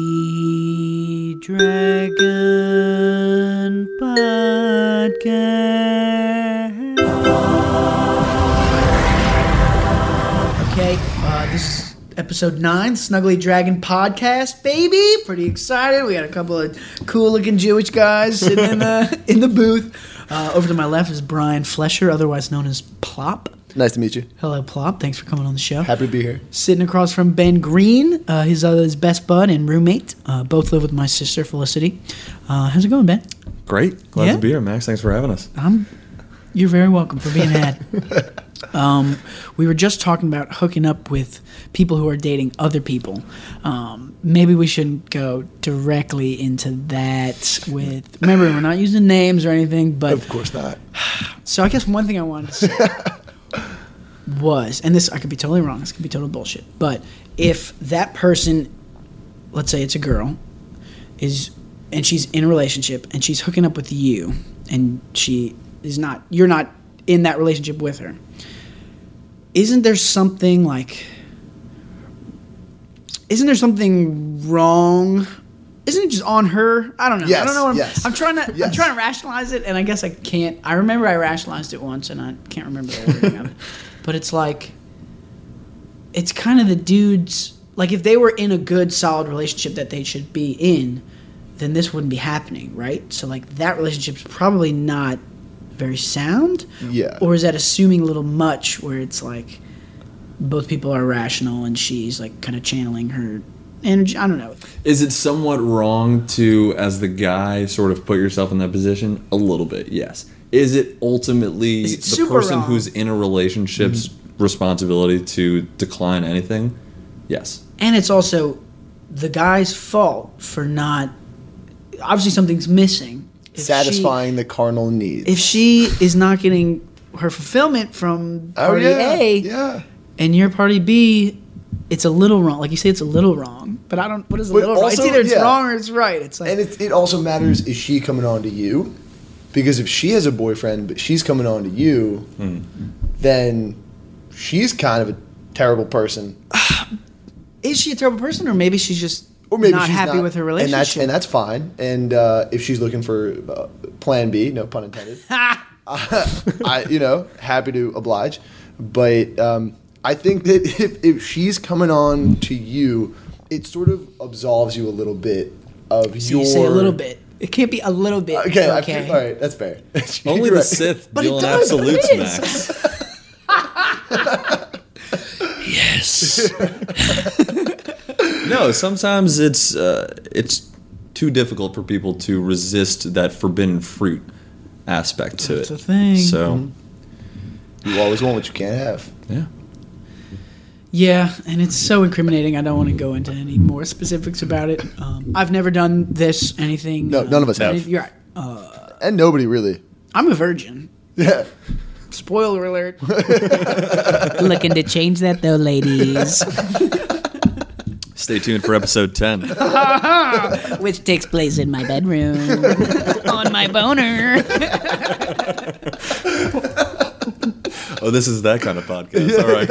Snugly Dragon Podcast. Okay, uh, this is episode nine, Snuggly Dragon Podcast, baby. Pretty excited. We got a couple of cool-looking Jewish guys sitting in the in the booth. Uh, over to my left is Brian Flesher, otherwise known as Plop. Nice to meet you. Hello, Plop. Thanks for coming on the show. Happy to be here. Sitting across from Ben Green, uh, his other his best bud and roommate. Uh, both live with my sister Felicity. Uh, how's it going, Ben? Great. Glad Yeah. to be here, Max. Thanks for having us. I'm. You're very welcome for being had. um, we were just talking about hooking up with people who are dating other people. Um, maybe we shouldn't go directly into that. With remember, we're not using names or anything, but Of course not. So I guess one thing I wanted to say was, and this I could be totally wrong. This could be total bullshit. But if that person, let's say it's a girl, is and she's in a relationship and she's hooking up with you, and she is not, you're not in that relationship with her. Isn't there something like? Isn't there something wrong? Isn't it just on her? I don't know. I Yes, don't know. What I'm, yes. I'm trying to. I'm Yes. trying to rationalize it, and I guess I can't. I remember I rationalized it once, and I can't remember the wording of it. But it's like, it's kind of the dudes. Like, if they were in a good, solid relationship that they should be in, then this wouldn't be happening, right? So, like, that relationship's probably not very sound. Yeah. Or is that assuming a little much where it's like both people are rational and she's like kind of channeling her energy? I don't know. Is it somewhat wrong to, as the guy, sort of put yourself in that position? A little bit, yes. Is it ultimately Is it the super person wrong? who's in a relationship's responsibility to decline anything? Yes. and it's also the guy's fault for not obviously something's missing If Satisfying the carnal needs. she, if she is not getting her fulfillment from oh party yeah, a yeah. and your party b it's a little wrong like you say it's a little wrong but i don't what is a But little wrong it's also- either it's yeah. wrong or it's right it's like And it, it also matters is she coming on to you? Because if she has a boyfriend but she's coming on to you, then she's kind of a terrible person. is she a terrible person or maybe she's just Or maybe not she's happy with her relationship and that's and that's fine. And uh, if she's looking for uh, Plan B, no pun intended. I, you know, happy to oblige. But um, I think that if, if she's coming on to you, it sort of absolves you a little bit of so your. you say a little bit it can't be a little bit Okay, okay, I feel- all right, that's fair. Only You're the right. Sith But it deal in does, but it absolutes, is. Max. yes No, sometimes it's uh, it's too difficult for people to resist that forbidden fruit aspect to That's it. a thing. So, You always want what you can't have. yeah. Yeah, and it's so incriminating. I don't want to go into any more specifics about it. Um, I've never done this anything. No, none of us have. any- You're right. Uh, And nobody really. I'm a virgin. Yeah. Spoiler alert. Looking to change that though, ladies. Stay tuned for episode 10. Which takes place in my bedroom on my boner. Oh, this is that kind of podcast. All right,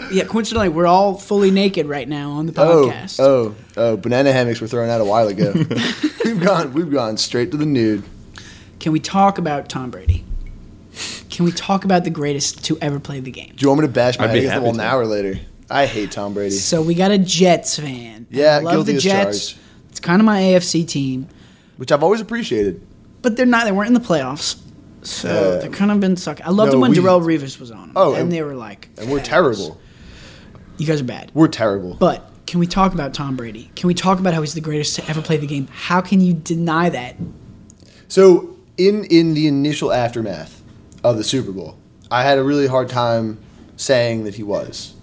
cool. yeah, coincidentally, we're all fully naked right now on the Oh, podcast. oh, oh! Banana hammocks were thrown out a while ago. we've gone, we've gone straight to the nude. Can we talk about Tom Brady? Can we talk about the greatest to ever play the game? Do you want me to bash my I'd be head against the happy wall to. an hour later? I hate Tom Brady. So we got a Jets fan. Yeah, I love guilty the as Jets. charged. It's kind of my AFC team, which I've always appreciated. but they're not. They weren't in the playoffs, so Uh, they're kind of been sucking. I loved no, them when we- Darrell Revis was on. 'em, Oh, and, and- they were like, And we're "Hey, terrible. You guys are bad. We're terrible. But can we talk about Tom Brady? Can we talk about how he's the greatest to ever play the game? How can you deny that? So in in the initial aftermath of the Super Bowl, I had a really hard time saying that he was.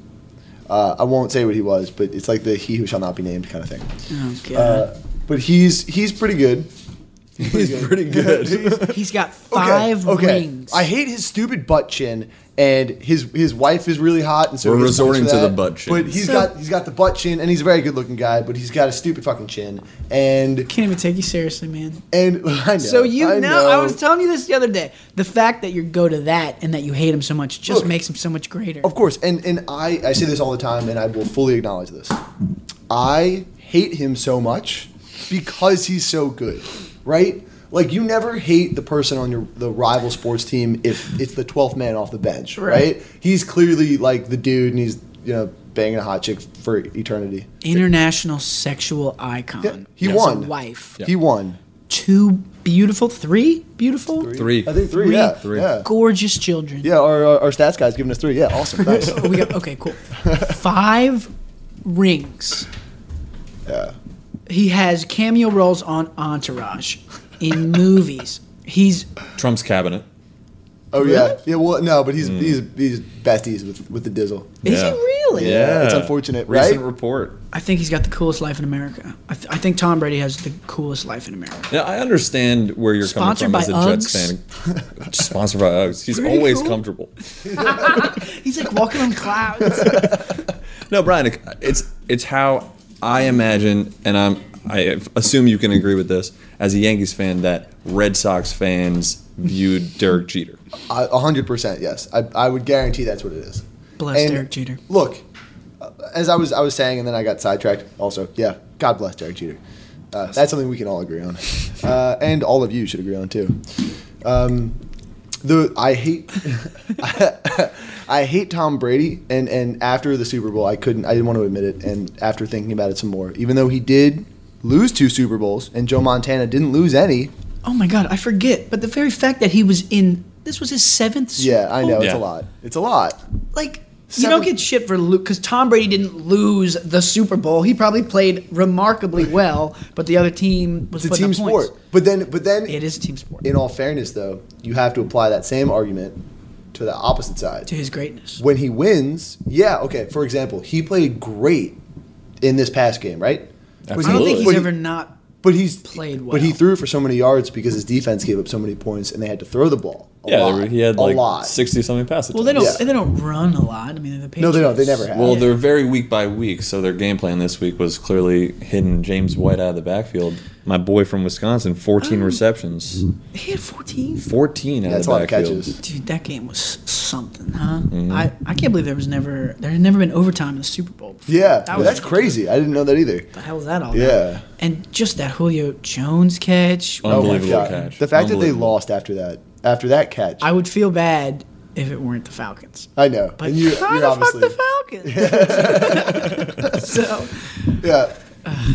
Uh, I won't say what he was, but it's like the "he who shall not be named" kind of thing. Oh God. Uh, but he's he's pretty good. He's He's pretty good. Uh, He's got five rings. I hate his stupid butt chin, and his his wife is really hot, and so We're he gets resorting points for to the that. butt chin. But he's got he's got the butt chin, and he's a very good looking guy, but he's got a stupid fucking chin, and Can't even take you seriously, man. and I know, So you I know, I was telling you this the other day. The fact that you go to that and that you hate him so much just Look. makes him so much greater. Of course, and and I I say this all the time, and I will fully acknowledge this. I hate him so much because he's so good, right? Like you never hate the person on your the rival sports team if it's the twelfth man off the bench, right? Right. He's clearly like the dude, and he's you know banging a hot chick for eternity. International sexual icon. Yeah, he His won. Wife. He won Two beautiful, three beautiful, Three. I think three. Three. Yeah, Three. yeah, gorgeous children. yeah. Our, our our stats guy's giving us three. Yeah, awesome. Nice. Oh, we got okay, cool. Five rings. yeah. He has cameo roles on Entourage, in movies. He's Trump's cabinet. Oh yeah, yeah. Well, no, but he's Mm. he's he's besties with with the Dizzle. is he Yeah. really? Yeah, it's unfortunate, Recent right? report. I think he's got the coolest life in America. I, th- I think Tom Brady has the coolest life in America. Yeah, I understand where you're Sponsored coming from by as a Jets fan. Sponsored by Uggs. He's Pretty always cool. comfortable. He's like walking on clouds. No, Brian, it- it's it's how I imagine, and I'm I assume you can agree with this as a Yankees fan that Red Sox fans viewed Derek Jeter. I- A hundred percent, yes. I, I would guarantee that's what it is. Bless Derek Jeter. Look, uh, as I was I was saying, and then I got sidetracked. Also, yeah, God bless Derek Jeter. Uh, that's something we can all agree on, uh, and all of you should agree on too. Um, the I hate I hate Tom Brady, and and after the Super Bowl, I couldn't I didn't want to admit it, and after thinking about it some more, even though he did lose two Super Bowls, and Joe Montana didn't lose any. Oh my god, I forget. But the very fact that he was in this was his seventh. Super Yeah, I know Bowl. it's Yeah. a lot. It's a lot. Like you Seven- don't get shit for Luke because Tom Brady didn't lose the Super Bowl. He probably played remarkably well, but the other team was It's a putting team up points. sport, but then but then It is a team sport. in all fairness, though, you have to apply that same argument to the opposite side. to his greatness. When he wins, yeah, okay. For example, he played great in this past game, right? But he- I don't think he's but he- ever not. But he's played But he well. threw for so many yards because his defense gave up so many points, and they had to throw the ball. A yeah, lot, he had a like lot. sixty something passes. Well, they don't. Yeah. They don't run a lot. I mean, they're the No, they don't. They Patriots. never have. Well, Yeah. they're very week by week, so their game plan this week was clearly hitting James White out of the backfield. My boy from Wisconsin, 14 Oh. receptions, He had 14. 14 out That's a of lot the of backfield. catches. Dude, that game was something, huh? I, I can't believe there was never there had never been overtime in the Super Bowl. before. Yeah, That well, was that's crazy. I didn't know that either. The hell was that all? Yeah. about? And just that Julio Jones catch. Oh. Unbelievable my God. catch. The fact that they Unbelievable. lost after that, after that catch, I I, would feel bad if it weren't the Falcons. know. But and you, kind you're of fuck obviously the Falcons. so, Yeah.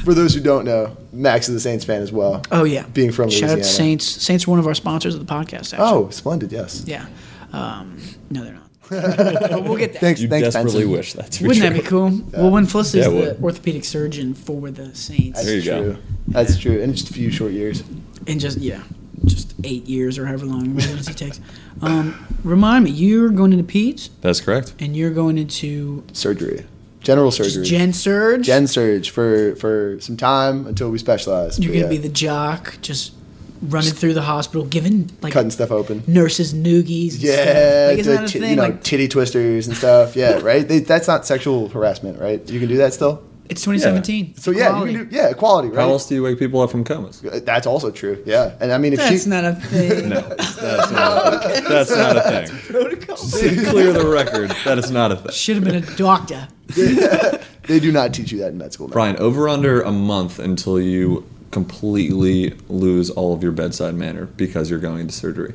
For those who don't know, Max is a Saints fan as well. oh yeah. Being from Shout out Louisiana. to Saints. Saints are one of our sponsors of the podcast. Actually. Oh, splendid. Yes. Yeah. Um, no, they're not. but we'll get that. Thanks. You thanks, desperately Benson. wish that's Wouldn't that be cool? Well, when Felicity's Yeah, it the would. orthopedic surgeon for the Saints, That's There you go. true. That's true. In just a few short years. in just yeah, just eight years or however long residency takes. Um, remind me, you're going into Pete's That's correct. and you're going into Surgery. General surgery. Gen Surge. Gen surge for for some time until we specialize. you're But gonna be yeah, the jock, just running through the hospital, giving like cutting stuff open. nurses noogies. and Yeah, stuff. like, isn't the that a ti- thing? you know, like titty twisters and stuff. Yeah, right. They, that's not sexual harassment, right? You can do that still. it's 2017. So yeah, Equality. you can do yeah equality, How right? else do you wake people up from comas? That's also true. Yeah, and I mean if That's she, not a thing. That's not, that's not a thing. To clear the record, that is not a thing. Should have been a doctor. they do not teach you that in med school. now. Brian, over under a month until you completely lose all of your bedside manner because you're going to surgery.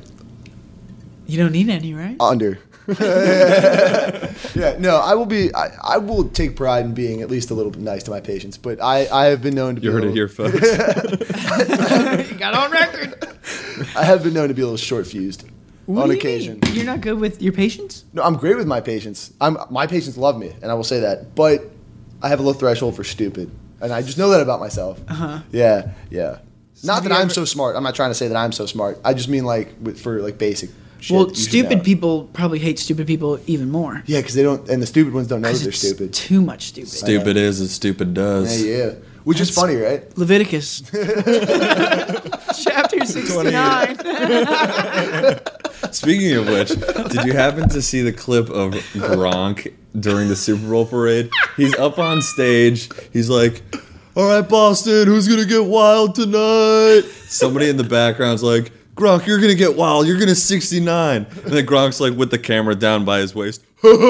You don't need any, right? Under. yeah, no, I will be. I, I will take pride in being at least a little bit nice to my patients, but I, I have been known to be. You a heard it little- here, folks. you got on record. I have been known to be a little short fused What on do you occasion. mean? You're not good with your patients? No, I'm great with my patients. I'm my patients love me, and I will say that. But I have a low threshold for stupid, and I just know that about myself. Uh-huh. Yeah, yeah. not have that you I'm ever- so smart. I'm not trying to say that I'm so smart. I just mean like with, for like basic. Shit well, that you should stupid know. people probably hate stupid people even more. Yeah, because they don't, and the stupid ones don't know that Because they're it's stupid. Too much stupid. Stupid is as stupid Yeah, does. yeah. Which is That's- funny, right? Leviticus. Chapter 69. Speaking of which, did you happen to see the clip of Gronk during the Super Bowl parade? He's up on stage. He's like, "All right, Boston, who's gonna get wild tonight?" Somebody in the background's like, "Gronk, you're gonna get wild. You're gonna 69." And then Gronk's like, with the camera down by his waist. I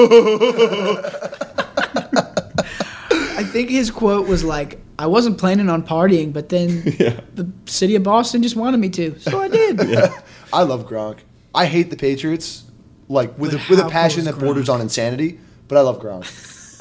think his quote was like, I wasn't planning on partying, but then the city of Boston just wanted me to. So I did. I love Gronk. I hate the Patriots, like with But a, with how a passion cool is that borders on insanity. But I love Gronk.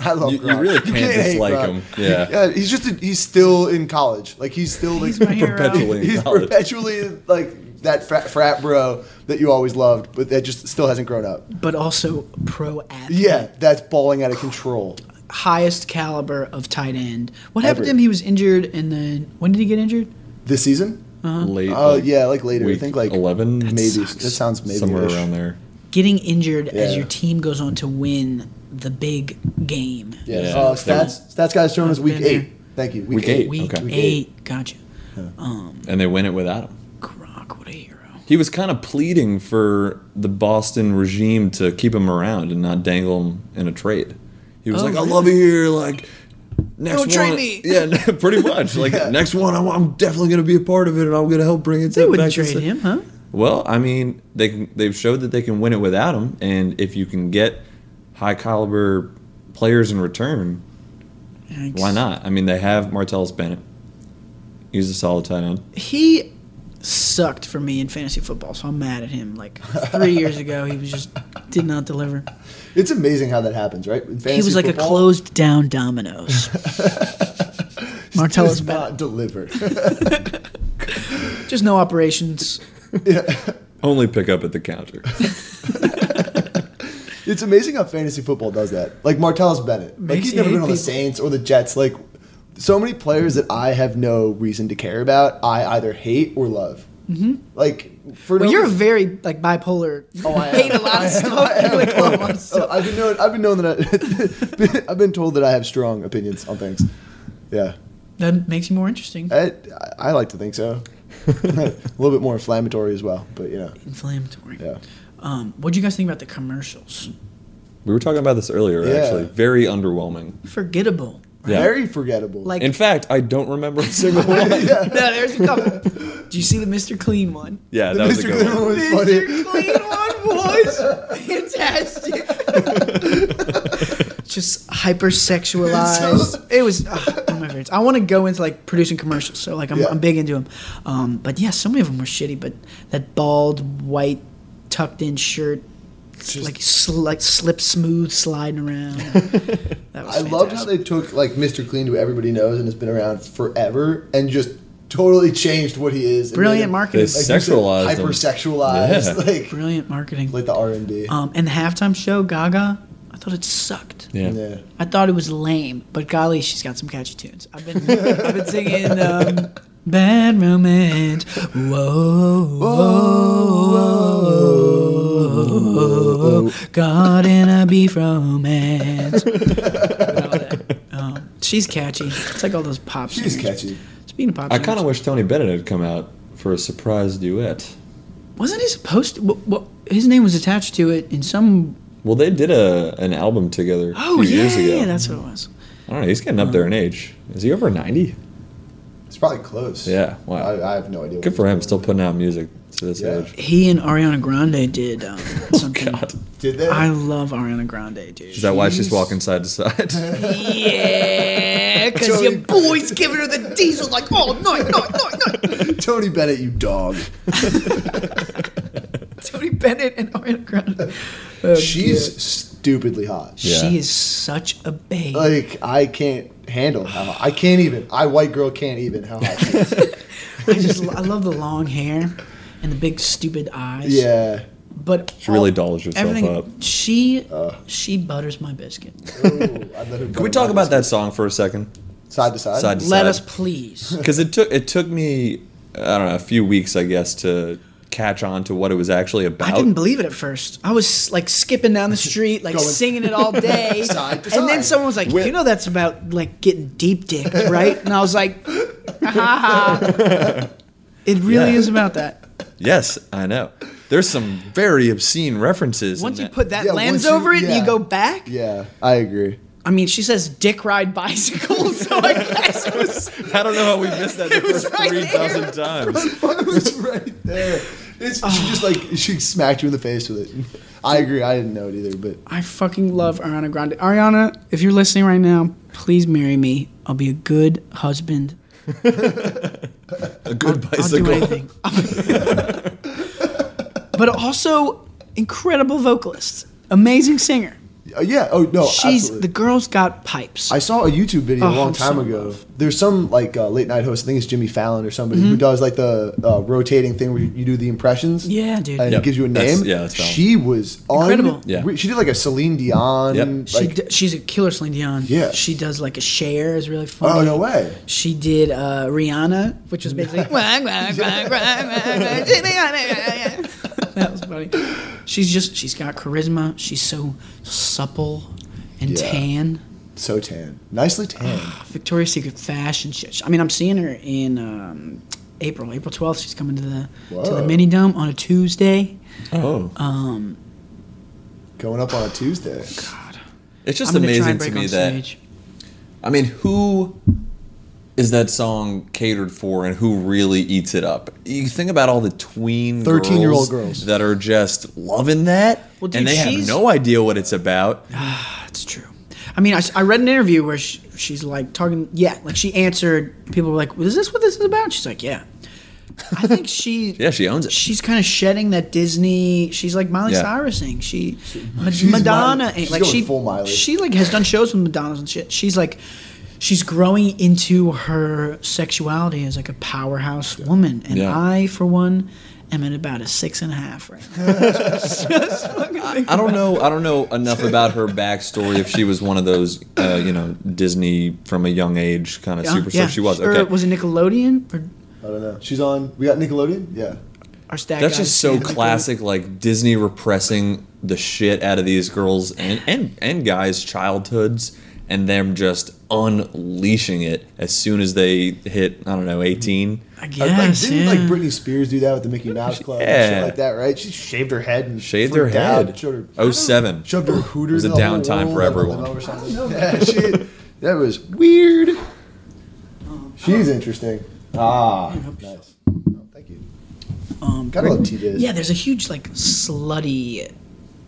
I love You- you Gronk. really can't hate dislike Gronk. him. Yeah. he's just a, he's still in college. Like he's still like He's my hero. Perpetually. in uh, he's college. perpetually like that frat, frat bro that you always loved, but that just still hasn't grown up. But also pro athlete. Yeah, that's balling out of control. Highest caliber of tight end. What happened to Ever. him? He was injured, and then when did he get injured? This season? Late. Oh yeah, like later. I week think like 11, Maybe sucks. that sounds maybe somewhere ish. around there. Getting injured as Yeah. your team goes on to win the big game. Yeah. Yeah. Uh, stats stats guys showing us week Been there. eight. Thank you. Week, Week eight. Week Okay. eight. Week Gotcha. And they win it without him. Gronk, what a hero. He was kind of pleading for the Boston regime to keep him around and not dangle him in a trade. He was Oh, like, "I really? love you here, like next Don't trade one- me. Yeah, pretty much. Like next one, I'm, I'm definitely going to be a part of it, and I'm going to help bring it They to back. wouldn't to trade sa- him, huh? Well, I mean, they can, they've showed that they can win it without him, and if you can get high caliber players in return, Yikes. why not? I mean, they have Martellus Bennett. He's a solid tight end. He sucked for me in fantasy football, so I'm mad at him. Like three years ago, he was just did not deliver. It's amazing how that happens, right? In he fantasy was like a football, closed down Domino's. Martellus Does Bennett. not deliver. Just no operations. Only pick up at the counter. It's amazing how fantasy football does that. Like Martellus Bennett. Like Makes he's you never hate been on the people. Saints or the Jets. Like so many players that I have no reason to care about, I either hate or love. Mm-hmm. Like for Well, no you're reason- very like bipolar. Oh, I am. hate a lot of stuff. You like love a lot of Oh, stuff. I've been known. I've been known that I, I've been told that I have strong opinions on things. Yeah, That makes you more interesting. I, I like to think so. a little bit more inflammatory as well, but you know, Inflammatory. yeah. Um, what do you guys think about the commercials? We were talking about this earlier, Yeah. actually. Very underwhelming. Forgettable. Yeah. Very forgettable. Like In fact, I don't remember a single one. no, there's a couple. Do you see the Mr. Clean one? Yeah, the that was a Mr. good Cleveland one. was Mr. funny. Clean one was fantastic. Just hypersexualized. it was ah, one of my favorites. I want to go into like producing commercials, so like I'm, Yeah. I'm big into them. Um, but yeah, so many of them were shitty. But that bald, white, tucked in shirt, like sl- like slip smooth sliding around. That was I loved how fantastic. they took like Mr. Clean, who everybody knows and has been around forever, and just totally changed what he is. and Brilliant made him, marketing. you said, Sexualized him. hypersexualized, Yeah. like brilliant marketing. like the R and B. Um, and the halftime show, Gaga, I thought it sucked. Yeah. Yeah, I thought it was lame, but golly, she's got some catchy tunes. I've been I've been singing um, "Bad Romance." Whoa, whoa, whoa, God and a beef romance. And all that. um, she's catchy. It's like all those pop singers. she's catchy. Speaking of pop, I singers, kind of wish Tony Bennett had come out for a surprise duet. wasn't he supposed to? Well, well, his name was attached to it in some. Well, they did a an album together a Oh few yeah, years ago. yeah, that's what it was. I don't know. He's getting up there in age. Is he over 90? It's probably close. Yeah. Wow. I, I have no idea. what Good for he's him. doing. Still putting out music to this Yeah. age. He and Ariana Grande did um, something. God. Did they? I love Ariana Grande, dude. Is that why she's Jeez. walking side to side? Yeah, because Tony- your boy's giving her the diesel like oh, all night, night, night, night. Tony Bennett, you dog. Tony Bennett and Ariana Grande. Oh, She's God. stupidly hot. Yeah. she is such a babe. Like I can't handle how hot. I can't even. I white girl can't even how hot. She is. I just I love the long hair and the big stupid eyes. yeah. but She really dolls herself everything. up. Uh. She she butters my biscuit. Ooh, I'd let her Can we talk about that song for a second? side to side? Side to Let us please. because it took it took me I don't know a few weeks I guess to catch on to what it was actually about. I didn't believe it at first. I was like skipping down the street, like Going singing it all day. side to and then side. someone was like, "You know that's about like getting deep dicked, right?" And I was like, "Ha ha." It really Yeah. is about that. Yes, I know. There's some very obscene references. in Once you that. put that Yeah, lens once you- over it and you yeah. go back, Yeah, I agree. I mean, she says dick ride bicycle, so I guess it was. I don't know how we missed that the It was first right three there. dozen times. It was right there. It's, she just like she smacked you in the face with it. I agree. I didn't know it either, but I fucking love Ariana Grande. Ariana, if you're listening right now, please marry me. I'll be a good husband. A good I'll do bicycle. anything. but also, incredible vocalist, amazing singer. uh, yeah. Oh no, She's absolutely. the girl's got pipes. I saw a YouTube video Oh, a long I'm time so in ago. love. There's some like uh, late night host, I think it's Jimmy Fallon or somebody, Mm-hmm. who does like the uh, rotating thing where you, you do the impressions. Yeah, dude. And Yep. it gives you a name. That's- yeah, that's Fallon. she was Incredible. incredible. Yeah. She did like a Celine Dion. Yep. Like, she d- she's a killer Celine Dion. Yeah. She does like a share is really funny. oh no way. She did uh, Rihanna, which was basically "Wah, wah, wah, wah, wah, wah, Jimmy on it." that was funny. She's just she's got charisma. She's so supple and Yeah. tan. So tan, nicely tan. Victoria's Secret fashion shit. I mean, I'm seeing her in um, April, April 12th. She's coming to the to the Whoa. mini dome on a Tuesday. Oh. Um, Going up on a Tuesday. it's just I'm gonna try amazing and to break me on that stage. I mean, who is that song catered for, and who really eats it up? You think about all the tween 13-year-old girls. that are just loving that, Well, dude, and they have she's- no idea what it's about. That's true. I mean, I, s- I read an interview where she, she's like talking. Yeah, like she answered. People were like, "Is this what this is about?" She's like, "Yeah." I think she. Yeah, she owns it. She's kind of shedding that Disney. She's like Miley Yeah. Cyrusing. She, Ma- she's Madonna. Miley- ain't- she's like going she, full Miley. she like has done shows with Madonna's and shit. She's like, she's growing into her sexuality as like a powerhouse woman. And Yeah. I, for one, am at about a six and a half right now. Just fucking think I don't know. I don't know enough about her backstory. If she was one of those, uh, you know, Disney from a young age kind of Yeah, superstar, yeah. she was. Or Okay, was it Nickelodeon or I don't know. She's on. We got Nickelodeon. Yeah. our stack? that's just so classic, like Disney repressing the shit out of these girls and and and guys' childhoods, and them just unleashing it as soon as they hit. I don't know, eighteen. I Like, guess. like, didn't yeah. like Britney Spears do that with the Mickey Mouse Club and Yeah. shit like that, right? She shaved her head and Shaved her freaked out, head. showed her- Oh seven. shoved her hooter. was in a the down whole time for world, like, everyone. or something. Yeah, she- that was weird. She's interesting. Ah, nice. Oh, thank you. Um, Gotta Brit- love TJ's. Yeah, there's a huge like slutty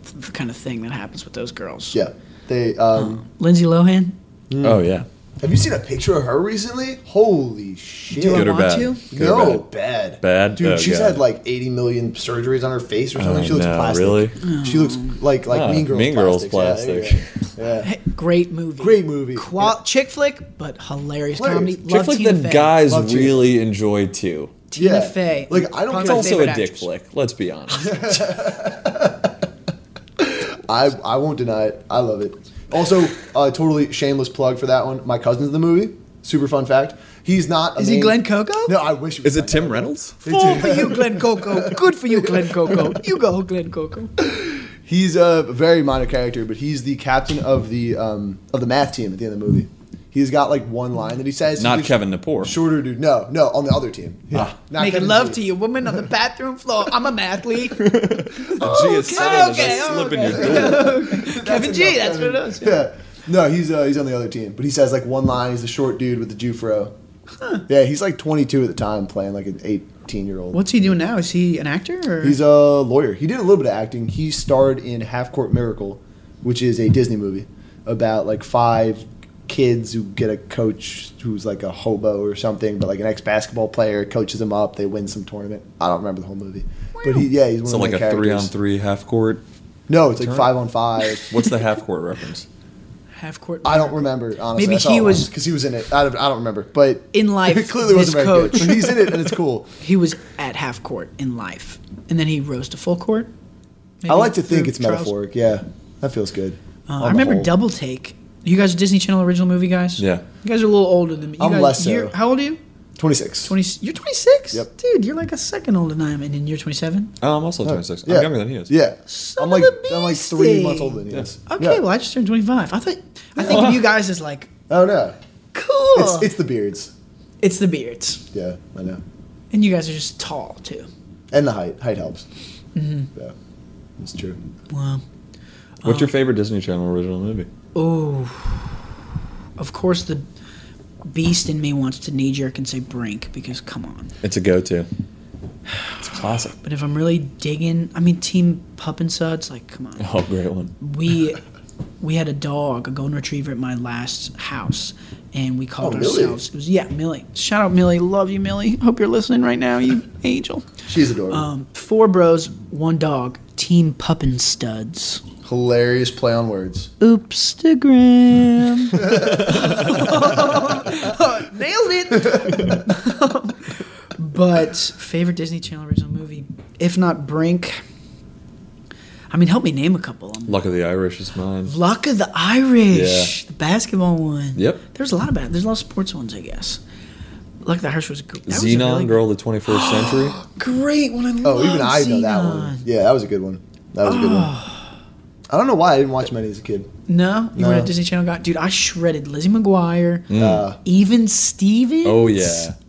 f- kind of thing that happens with those girls. Yeah, they. Um, Lindsay Lohan. Oh yeah. Have you seen a picture of her recently? Holy shit! Do I Good or want bad? to? Good or no, bad? bad. Bad? Dude, Oh, she's God. had like 80 million surgeries on her face or something. Oh, she looks no, plastic. really? She looks like like Ah, Mean Girls. Mean Girls plastics. Yeah, there you go. Yeah. Hey, great movie. Great movie. Qual- Chick flick, but hilarious Hilarious. comedy. Chick Love Chick flick Tina that Fey. guys Love Tina. really enjoy too. Tina Yeah. Fey. Like, I don't Probably my It's It's care- also a favorite dick actress. flick. Let's be honest. I I won't deny it. I love it. Also, uh, totally shameless plug for that one. My cousin's in the movie. Super fun fact. He's not. A Is he main- Glenn Coco? No, I wish. He was Is it Glenn Tim Coco. Reynolds? Full for you, Glenn Coco. Good for you, Glenn Coco. You go, Glenn Coco. He's a very minor character, but he's the captain of the um, of the math team at the end of the movie. He's got like one line that he says. Not He's Kevin Ah. Napoor. Shorter dude. No, no, on the other team. Yeah. Not Making Kevin love Napoor. to you, woman on the bathroom floor. I'm a mathlete. Oh, Gee, it's sad okay, as I slip in okay. your door. Kevin G. That's what it is. Yeah. No, he's uh, he's on the other team, but he says like one line. He's a short dude with a Jufro. Yeah, he's like 22 at the time, playing like an 18 year old. What's he doing now? Is he an actor? Or? He's a lawyer. He did a little bit of acting. He starred in Half Court Miracle, which is a Disney movie about like five kids who get a coach who's like a hobo or something, but like an ex basketball player coaches them up. They win some tournament. I don't remember the whole movie, but he yeah he's one So of like the a main characters. three on three half court. No, it's like Turn. five on five. What's the half court reference? half court. I don't remember honestly. Maybe he was- because he was in it. I don't, I don't remember, but In life, it clearly wasn't this very good. coach- But he's in it and it's cool. He was at half court in life, and then he rose to full court. I like to think Maybe it's through trials. metaphoric. Yeah, that feels good. Uh, on I the remember whole. Double Take. You guys are Disney Channel original movie guys. Yeah. You guys are a little older than me. You I'm guys, less so. you're- How old are you? 26. Twenty. You're 26. Yep. Dude, you're like a second older than I am, and then you're 27. Oh, I'm also 26. I'm younger than he is. Yeah, Son I'm of like a I'm like three beastie. months older than he is. Okay. Yeah. Well, I just turned 25. I thought. I think of you guys as like oh no, cool. it's it's the beards. It's the beards. Yeah, I know. And you guys are just tall too. and the height height helps. Mm-hmm. Yeah, that's true. Wow. What's your favorite Disney Channel original movie? Oh. Of course, the beast in me wants to knee jerk and say Brink because come on. It's a go-to. It's a classic. But if I'm really digging, I mean, Team Pup and Suds, like, come on. Oh, great one. we we had a dog, a golden retriever, at my last house, and we called Oh, Millie. ourselves. It was yeah, Millie. Shout out Millie, love you, Millie. Hope you're listening right now, you angel. She's adorable. Um, four bros, one dog, team puppin studs. Hilarious play on words. Oopstagram. Nailed it. but favorite Disney Channel original movie, if not Brink. I mean, help me name a couple. I'm Luck of the Irish is mine. Luck of the Irish, the basketball one. Yep. There's a lot about. There's a lot of sports ones, I guess. Luck of the Irish was good. that was a Xenon, really Girl of the 21st Century. Great one. I Oh, love even I know Xenon. that Ah. one. Yeah, that was a good one. That was a good one. I don't know why I didn't watch many as a kid. No, you No. went to Disney Channel. Got dude. I shredded Lizzie McGuire, Uh, even Stevens. Oh, yeah.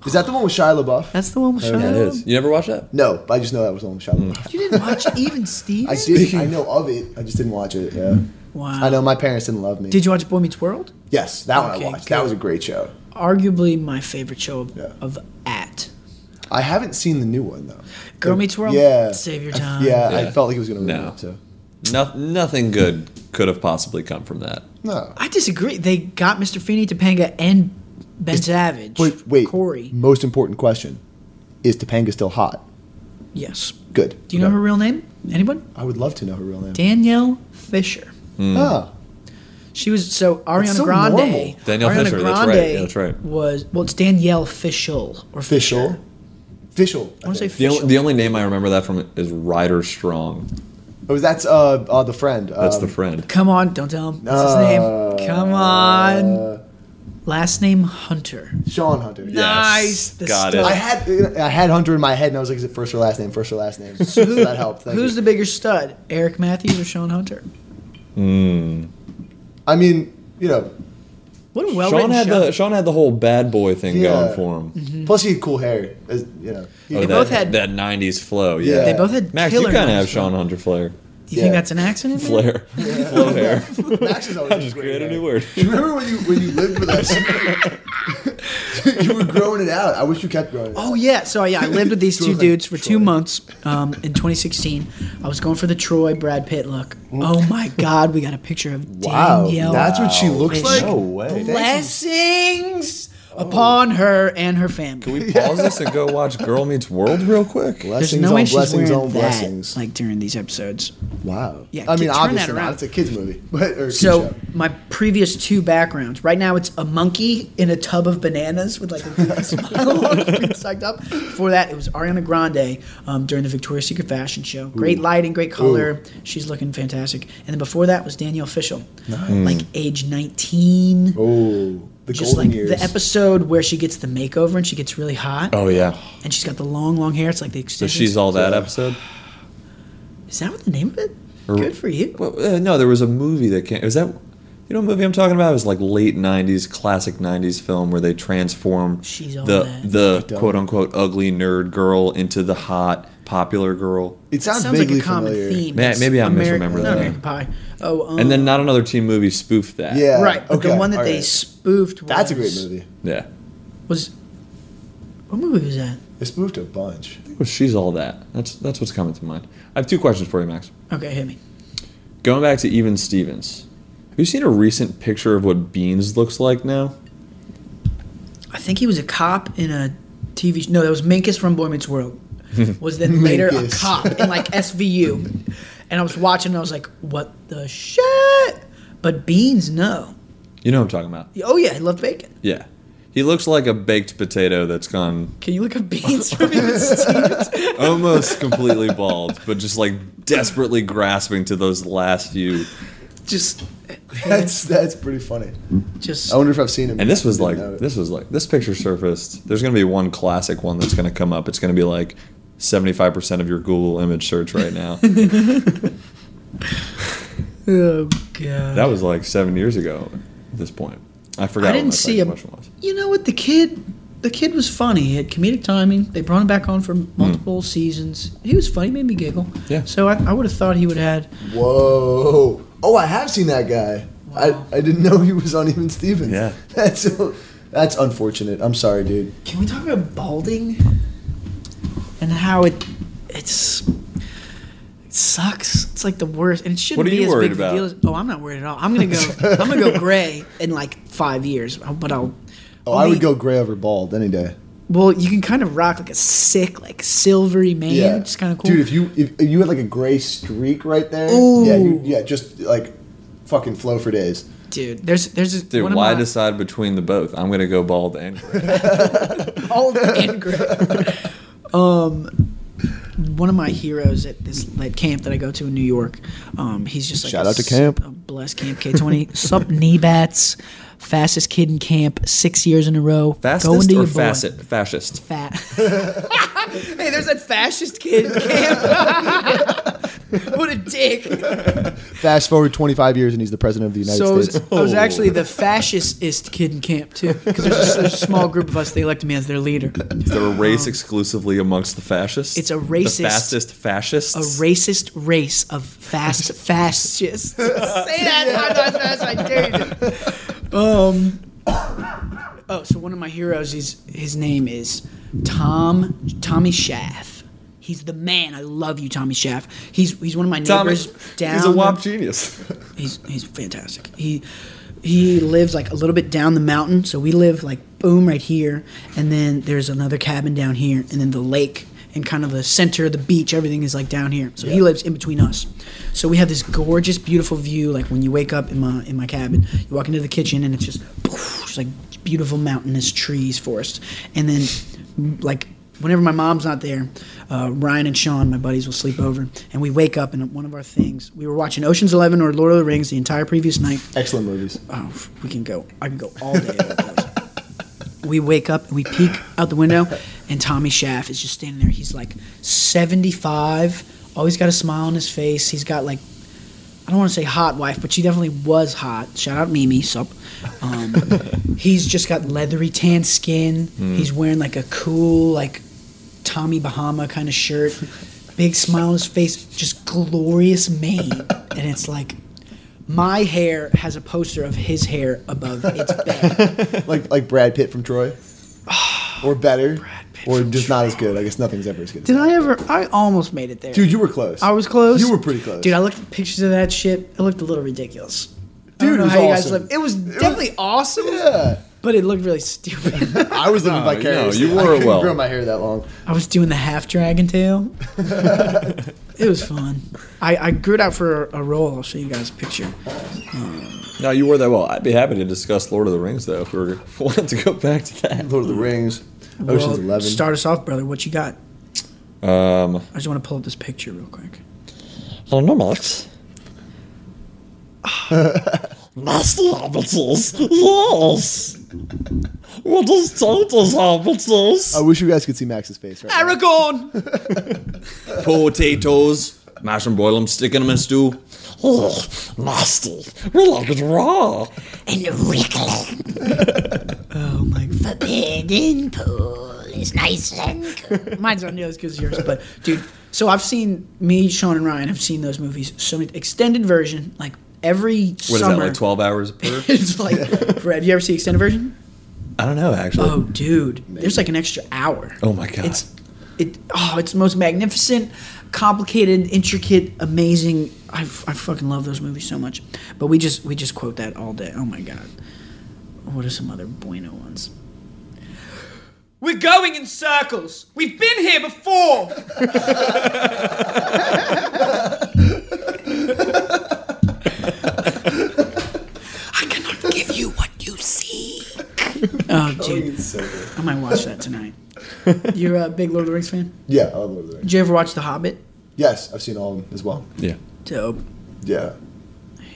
is that the one with Shia LaBeouf? That's the one with Shia. Yeah, it LaBeouf. is. You never watched that? no, but I just know that was the one with Shia LaBeouf. You didn't watch even I Stevens. did. I know of it. I just didn't watch it. Yeah. Wow. I know my parents didn't love me. Did you watch Boy Meets World? yes, that one I Okay, watched. That good. was a great show. Arguably my favorite show of, Yeah. of at. I haven't seen the new one though. Girl The- Meets World. Yeah. Save your I- time. Yeah, Yeah. I felt like it was gonna ruin No. it. So. No, nothing good could have possibly come from that. No. I disagree. They got Mr. Feeney, Topanga, and Ben Savage. Wait, wait. Mm. Corey. Most important question: Is Topanga still hot? Yes. Good. Do you know Okay. her real name? Anyone? I would love to know her real name. Danielle Fisher. Ah, She was so Ariana so Grande. normal. Danielle Ariana Fisher, that's right. Yeah, that's right. Was well, it's Danielle Fischel or Fischel. Fisher. Fischel. I I want to think. say The, only Fischel. the only name I remember that from is Ryder Strong. Oh, that's uh, uh the friend. That's um, the friend. Come on, don't tell him. What's his name? Come on. Uh, Last name Hunter. Sean Hunter. Yes, Nice, the Got stud. I it. had I had Hunter in my head, and I was like, "Is it first or last name? First or last name?" So that helped. Thank Who's you. the bigger stud, Eric Matthews or Sean Hunter? I mean, you know. What a well Sean written had show. the Sean had the whole bad boy thing Yeah. going for him. Plus, he had cool hair. As, you know. He- Mm-hmm. Oh, They that, both had- that '90s flow. Yeah, Yeah. they both had Max, you killer. kind of names, have though. Sean Hunter flair. Do you think Yeah. that's an accident? man? Flair, flow hair. Max is always I just great created a hair. new word. Do you remember when you when you lived with us? you were growing it out. I wish you kept growing. It Oh yeah, so yeah, I lived with these Troy two was like, dudes for two "Troy." months um, in 2016. I was going for the Troy Brad Pitt look. Oh my God, we got a picture of Wow, Danielle. that's what she looks Fisher. like. Oh. No way. Blessings upon her and her Can family. we pause this and go watch Girl Meets World real quick? There's Blessings no way on she's wearing blessings on that blessings. like during these episodes. wow. Yeah, I kid, turn mean, that obviously around. not. It's a kids movie, but or a kids So show. my previous two backgrounds. Right now, it's a monkey in a tub of bananas with like a goofy smile on, it, being psyched up. Before that, it was Ariana Grande um, during the Victoria's Secret fashion show. Great lighting, great color. She's looking fantastic. And then before that was Danielle Fishel, like age nineteen. Oh, the Just golden like years. the episode where she gets the makeover and she gets really hot, Oh yeah. and she's got the long, long hair. It's like the So extension. she's all that episode. Is that what the name of it? Or- Good for you. Well, uh, no, there was a movie that came. Was that you know what movie I'm talking about? It was like late '90s, classic '90s film where they transform She's all the that. the don't. quote unquote ugly nerd girl into the hot popular girl. it sounds, Sounds like vaguely a common familiar. theme. May- It's maybe I Ameri- misremember not that. American Pie. Oh, um, And then not another teen movie spoofed that. Yeah. right, but the okay, one that all they right. spoofed. Was, That's a great movie. yeah. Was what movie was that? They spoofed a bunch. Well, she's all that. That's that's what's coming to mind. I have two questions for you, Max. Okay, hit me. Going back to Even Stevens, have you seen a recent picture of what Beans looks like now? I think he was a cop in a TV. sh- No, that was Minkus from Boy Meets World. was then later a Minkus. cop in like SVU, and I was watching. and I was like, what the shit? But Beans, no. You know what I'm talking about. Oh yeah, I love bacon. Yeah. He looks like a baked potato that's gone Can you look up Beans for me? Steve? almost completely bald, but just like desperately grasping to those last few. just, That's that's pretty funny. just. I wonder if I've seen him. And this was Didn't like know it. this was like this picture surfaced. There's gonna be one classic one that's gonna come up. It's gonna be like 75% of your Google image search right now. Oh god. that was like seven years ago at this point. I forgot I didn't what my see second a- question was. You know what? The kid the kid was funny. He had comedic timing. They brought him back on for multiple seasons. He was funny. Made me giggle. Yeah. So I, I would have thought he would have had. Whoa. Oh, I have seen that guy. Wow. I, I didn't know he was on Even Stevens. Yeah. That's that's unfortunate. I'm sorry, dude. Can we talk about balding? And how it, it's, it sucks. It's like the worst, and it shouldn't What are be you as worried big a about? deal. As, oh, I'm not worried at all. I'm gonna go. I'm gonna go gray in like five years, but I'll. Oh, I would go gray over bald any day. Well, you can kind of rock like a sick, like silvery mane. Yeah. It's kind of cool. Dude, if you if, if you had like a gray streak right there, Ooh. yeah, you, yeah, just like fucking flow for days. Dude, there's there's a, Dude, one of why my- decide between the both? I'm gonna go bald and gray. old and gray. um, one of my heroes at this like, camp that I go to in New York, um, he's just like Shout a out to s- camp. a bless camp K twenty. Sup knee bats, fastest kid in camp six years in a row. Go Fastest into or your boy. facet? Fascist. Fat. hey, there's that fascist kid in camp. what a dick. Fast forward 25 years and he's the president of the United So I was, States. Oh. I was actually the fascistist kid in camp too, because there's, a- there's a small group of us. They elected me as their leader. Is there a race exclusively amongst the fascists? It's a racist- The fastest fascists. a racist race of fast fascists. Say that five times fast, I dare you. Um. Oh, so one of my heroes is his name is Tom Tommy Schaff. He's the man. I love you, Tommy Schaff. He's he's one of my Tommy, neighbors down. he's a wop genius. He's he's fantastic. He he lives like a little bit down the mountain, so we live like boom right here, and then there's another cabin down here, and then the lake and kind of the center of the beach. Everything is like down here, so he lives in between us. So we have this gorgeous, beautiful view. Like when you wake up in my in my cabin, you walk into the kitchen and it's just, poof, just like beautiful mountainous trees, forest, and then like. Whenever my mom's not there, uh, Ryan and Sean, my buddies, will sleep over, and we wake up and one of our things. We were watching Ocean's Eleven or Lord of the Rings the entire previous night. Excellent movies. Oh, we can go. I can go all day. over those. we wake up and we peek out the window, and Tommy Schaff is just standing there. He's like 75, always got a smile on his face. He's got like, I don't want to say hot wife, but she definitely was hot. Shout out Mimi. Sup. Um, he's just got leathery tan skin. He's wearing like a cool, like Tommy Bahama kind of shirt, big smile on his face, just glorious mane. And it's like, my hair has a poster of his hair above its bed. Like like Brad Pitt from Troy. Or better. Pitt Or from just not as good. I guess nothing's ever as good. as Did that. I ever? I almost made it there. Dude, you were close. I was close. You were pretty close. Dude, I looked at pictures of that shit. It looked a little ridiculous. Dude, I it don't know was how you guys awesome. live. It was definitely awesome, yeah. but it looked really stupid. I was living No, vicariously. no, you I wore it couldn't well. grow my hair that long. I was doing the half dragon tail. it was fun. I, I grew it out for a, a roll. I'll show you guys a picture. no, you wore that well. I'd be happy to discuss Lord of the Rings though if we were wanted to go back to that. Lord of the Rings, Ocean's Well, Eleven. Start us off, brother. What you got? Um, I just want to pull up this picture real quick. Hello, Max. Master Albertus, yes. What is Totus Albertus? I wish you guys could see Max's face right now. Aragorn. potatoes. Mash and boil them, sticking them in stew. Oh, nasty. We like it raw. and wriggling. Oh my The bidding pool is nice and cool. Mine's on yours because yours, but dude. So I've seen me, Sean, and Ryan have seen those movies. So many extended version, like every What is summer. that, like 12 hours per? it's like, Brad, you ever see extended version? I don't know, actually. Oh, dude, there's like an extra hour. Oh my God. It's it. Oh, it's the most magnificent, complicated, intricate, amazing. I, f- I fucking love those movies so much. But we just we just quote that all day. Oh my god. What are some other bueno ones? We're going in circles. We've been here before. I cannot give you what you see. Oh, dude. I might watch that tonight. You're a big Lord of the Rings fan? Yeah, I love Lord of the Rings. Did you ever watch The Hobbit? Yes, I've seen all of them as well. yeah. Dope. Yeah.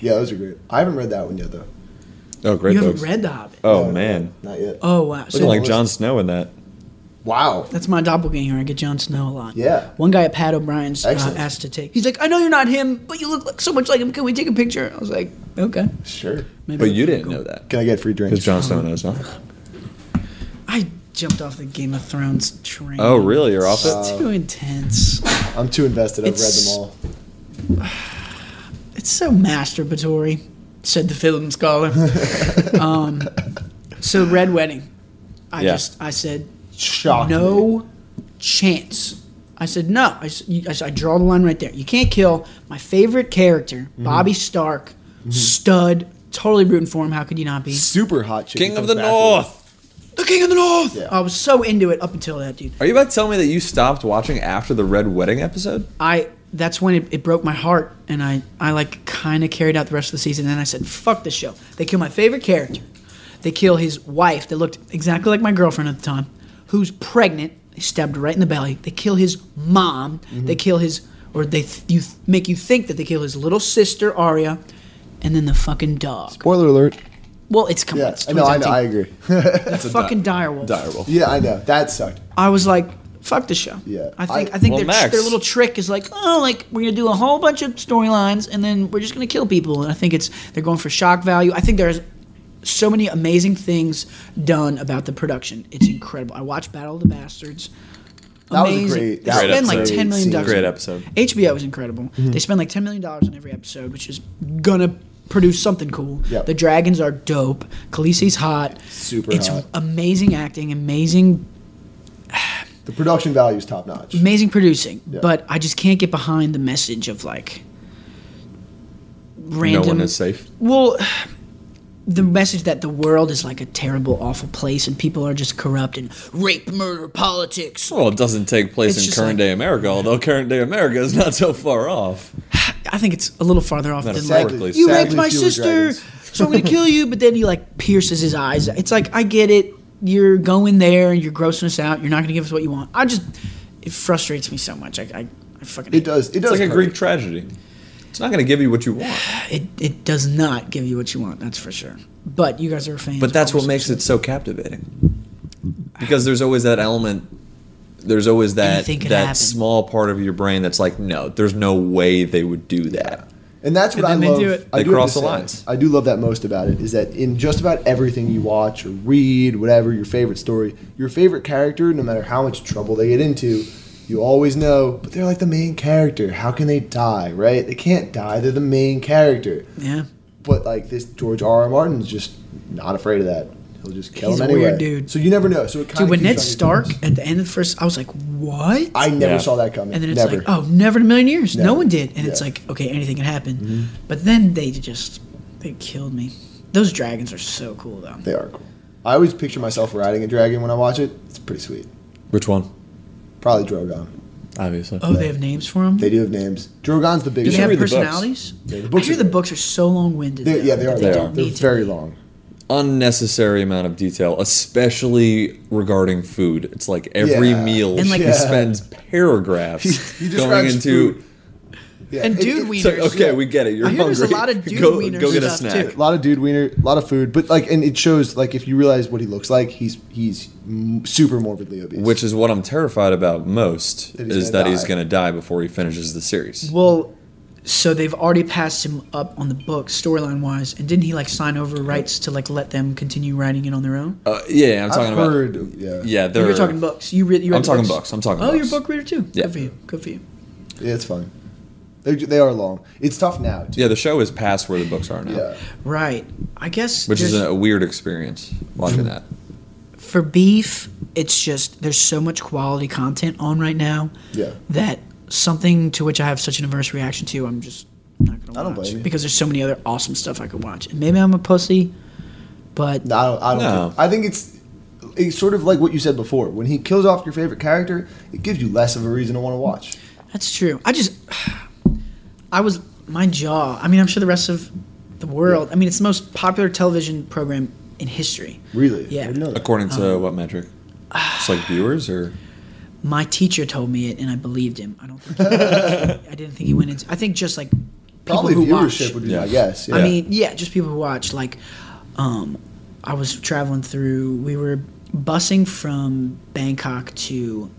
Yeah, those are great. I haven't read that one yet, though. Oh, great You haven't folks. read The Hobbit? oh, man. Not yet. Oh, wow. So Looking like Jon Snow in that. Wow. that's my doppelganger. I get Jon Snow a lot. Yeah. One guy at Pat O'Brien's uh, Excellent. asked to take. He's like, I know you're not him, but you look like, so much like him. Can we take a picture? I was like, okay. Sure. Maybe But Oh, you didn't know that. Can I get free drinks? Because Jon Snow knows nothing. I jumped off the Game of Thrones train. Oh, really? You're Uh, off it? It's too intense. I'm too invested. I've read It's- them all. It's so masturbatory, said the film scholar. um, so Red Wedding. I Yeah. just I said Shocked. me. no chance. I said no. I, s- you- I s- I draw the line right there. You can't kill my favorite character, Bobby Stark, stud. Totally rooting for him. How could you not be? Super hot chick. King comes of the back with it. North. The King of the North. Yeah. I was so into it up until that, dude. Are you about to tell me that you stopped watching after the Red Wedding episode? I that's when it, it broke my heart, and I I like kind of carried out the rest of the season. And then I said, "Fuck this show." They kill my favorite character. They kill his wife. That looked exactly like my girlfriend at the time, who's pregnant. They stabbed her right in the belly. They kill his mom. Mm-hmm. They kill his or they th- you th- make you think that they kill his little sister Arya, and then the fucking dog. Spoiler alert. Well, it's come on. Yeah, It's I know. I know. I 2017. agree. the fucking direwolf. Direwolf. yeah, I know. That sucked. I was like, fuck the show. Yeah. I think I, I- think Well, their, Max- their little trick is like, oh, like we're gonna do a whole bunch of storylines and then we're just gonna kill people. And I think it's they're going for shock value. I think there's so many amazing things done about the production. It's incredible. I watched Battle of the Bastards. That was a amazing. great- They that was spend a like great ten million scene. dollars. Great episode. HBO was incredible. Mm-hmm. They spend like ten million dollars on every episode, which is gonna produce something cool. Yep. The dragons are dope. Khaleesi's hot. Super It's hot. amazing acting, amazing The production value is top notch. amazing producing, Yeah. but I just can't get behind the message of like random. No one is safe. Well, the message that the world is like a terrible, awful place, and people are just corrupt and rape, murder, politics. Well, it doesn't take place It's in just current like- day America, although current day America is not so far off. I think it's a little farther off than like Metaphorically. Sadly, you sadly raped my fewer sister, dragons. so I'm gonna kill you. But then he like pierces his eyes. It's like I get it. You're going there and you're grossing us out. You're not gonna give us what you want. I just it frustrates me so much. I I, I fucking It does. It It's does. like a hurt. Greek tragedy. It's not going to give you what you want. It it does not give you what you want, that's for sure. But you guys are fans. But that's what makes it so captivating. Because there's always that element, there's always that Anything that could happen. small part of your brain that's like, no, there's no way they would do that. And that's what And then I they love. do it. I They do have cross the to say, lines. I do love that most about it is that in just about everything you watch or read, whatever your favorite story, your favorite character, no matter how much trouble they get into, you always know. But they're like the main character. How can they die? Right? They can't die. They're the main character. Yeah. But like this George R. R. Martin's just not afraid of that. He'll just kill He's him a anyway. weird dude. So you never know. So it kind Dude, of when Ned Stark at the end of the first I was like, What? I never Yeah. saw that coming. and then it's never. like, Oh, never in a million years. No Never. one did. And it's Yeah. Mm-hmm. like, okay, anything can happen. But then they just they killed me. Those dragons are so cool though. They are cool. I always picture myself riding a dragon when I watch it. It's pretty sweet. Which one? Probably Drogon. Obviously. Oh, they have names for them? They do have names. Drogon's the do biggest. they should have read the books. personalities? Yeah, the I books hear are the good. books are so long winded. They're- yeah, they are. They, They, don't are. need They're to very be. long. Unnecessary amount of detail, especially regarding food. It's like every Yeah. meal And, like- he Yeah. spends paragraphs He- he going describes into. food. Yeah, And it- dude it- we- So, Wieners. okay, we get it. You're I hear hungry. there's a lot of dude go, wiener go get a stuff, snack. too. a lot of dude wiener, a lot of food, but like, and it shows like if you realize what he looks like, he's he's m- super morbidly obese. Which is what I'm terrified about most That he's is gonna that he's die. going to die before he finishes the series. Well, so they've already passed him up on the book storyline wise, and didn't he like sign over rights to like let them continue writing it on their own? Uh, yeah, I'm I've talking heard, about. yeah. yeah, they're You were talking books. You read. You read I'm the talking books. I'm talking Oh, you're a books. book reader too. Yeah. Good for you. Good for you. yeah, it's fun. They they are long. It's tough now. Too. Yeah, the show is past where the books are now, Yeah. Right. I guess. which is there's- a, a weird experience watching that. for beef. It's just there's so much quality content on right now. Yeah. That something to which I have such an averse reaction to, I'm just not gonna watch I don't blame you. because there's so many other awesome stuff I could watch. And maybe I'm a pussy, but No, I don't. I, don't No. think- I think it's it's sort of like what you said before. When he kills off your favorite character, it gives you less of a reason to want to watch. That's true. I just, I was my jaw. I mean, I'm sure the rest of the world. I mean, it's the most popular television program in history. Really? Yeah. I didn't know that. According to Um, what metric? It's like viewers or My teacher told me it, and I believed him. I don't think. He, I didn't think he went into. I think just like people Probably who viewership watch. would be Yeah. my guess. Yeah. I mean, yeah, just people who watch. Like, um, I was traveling through. We were busing from Bangkok to.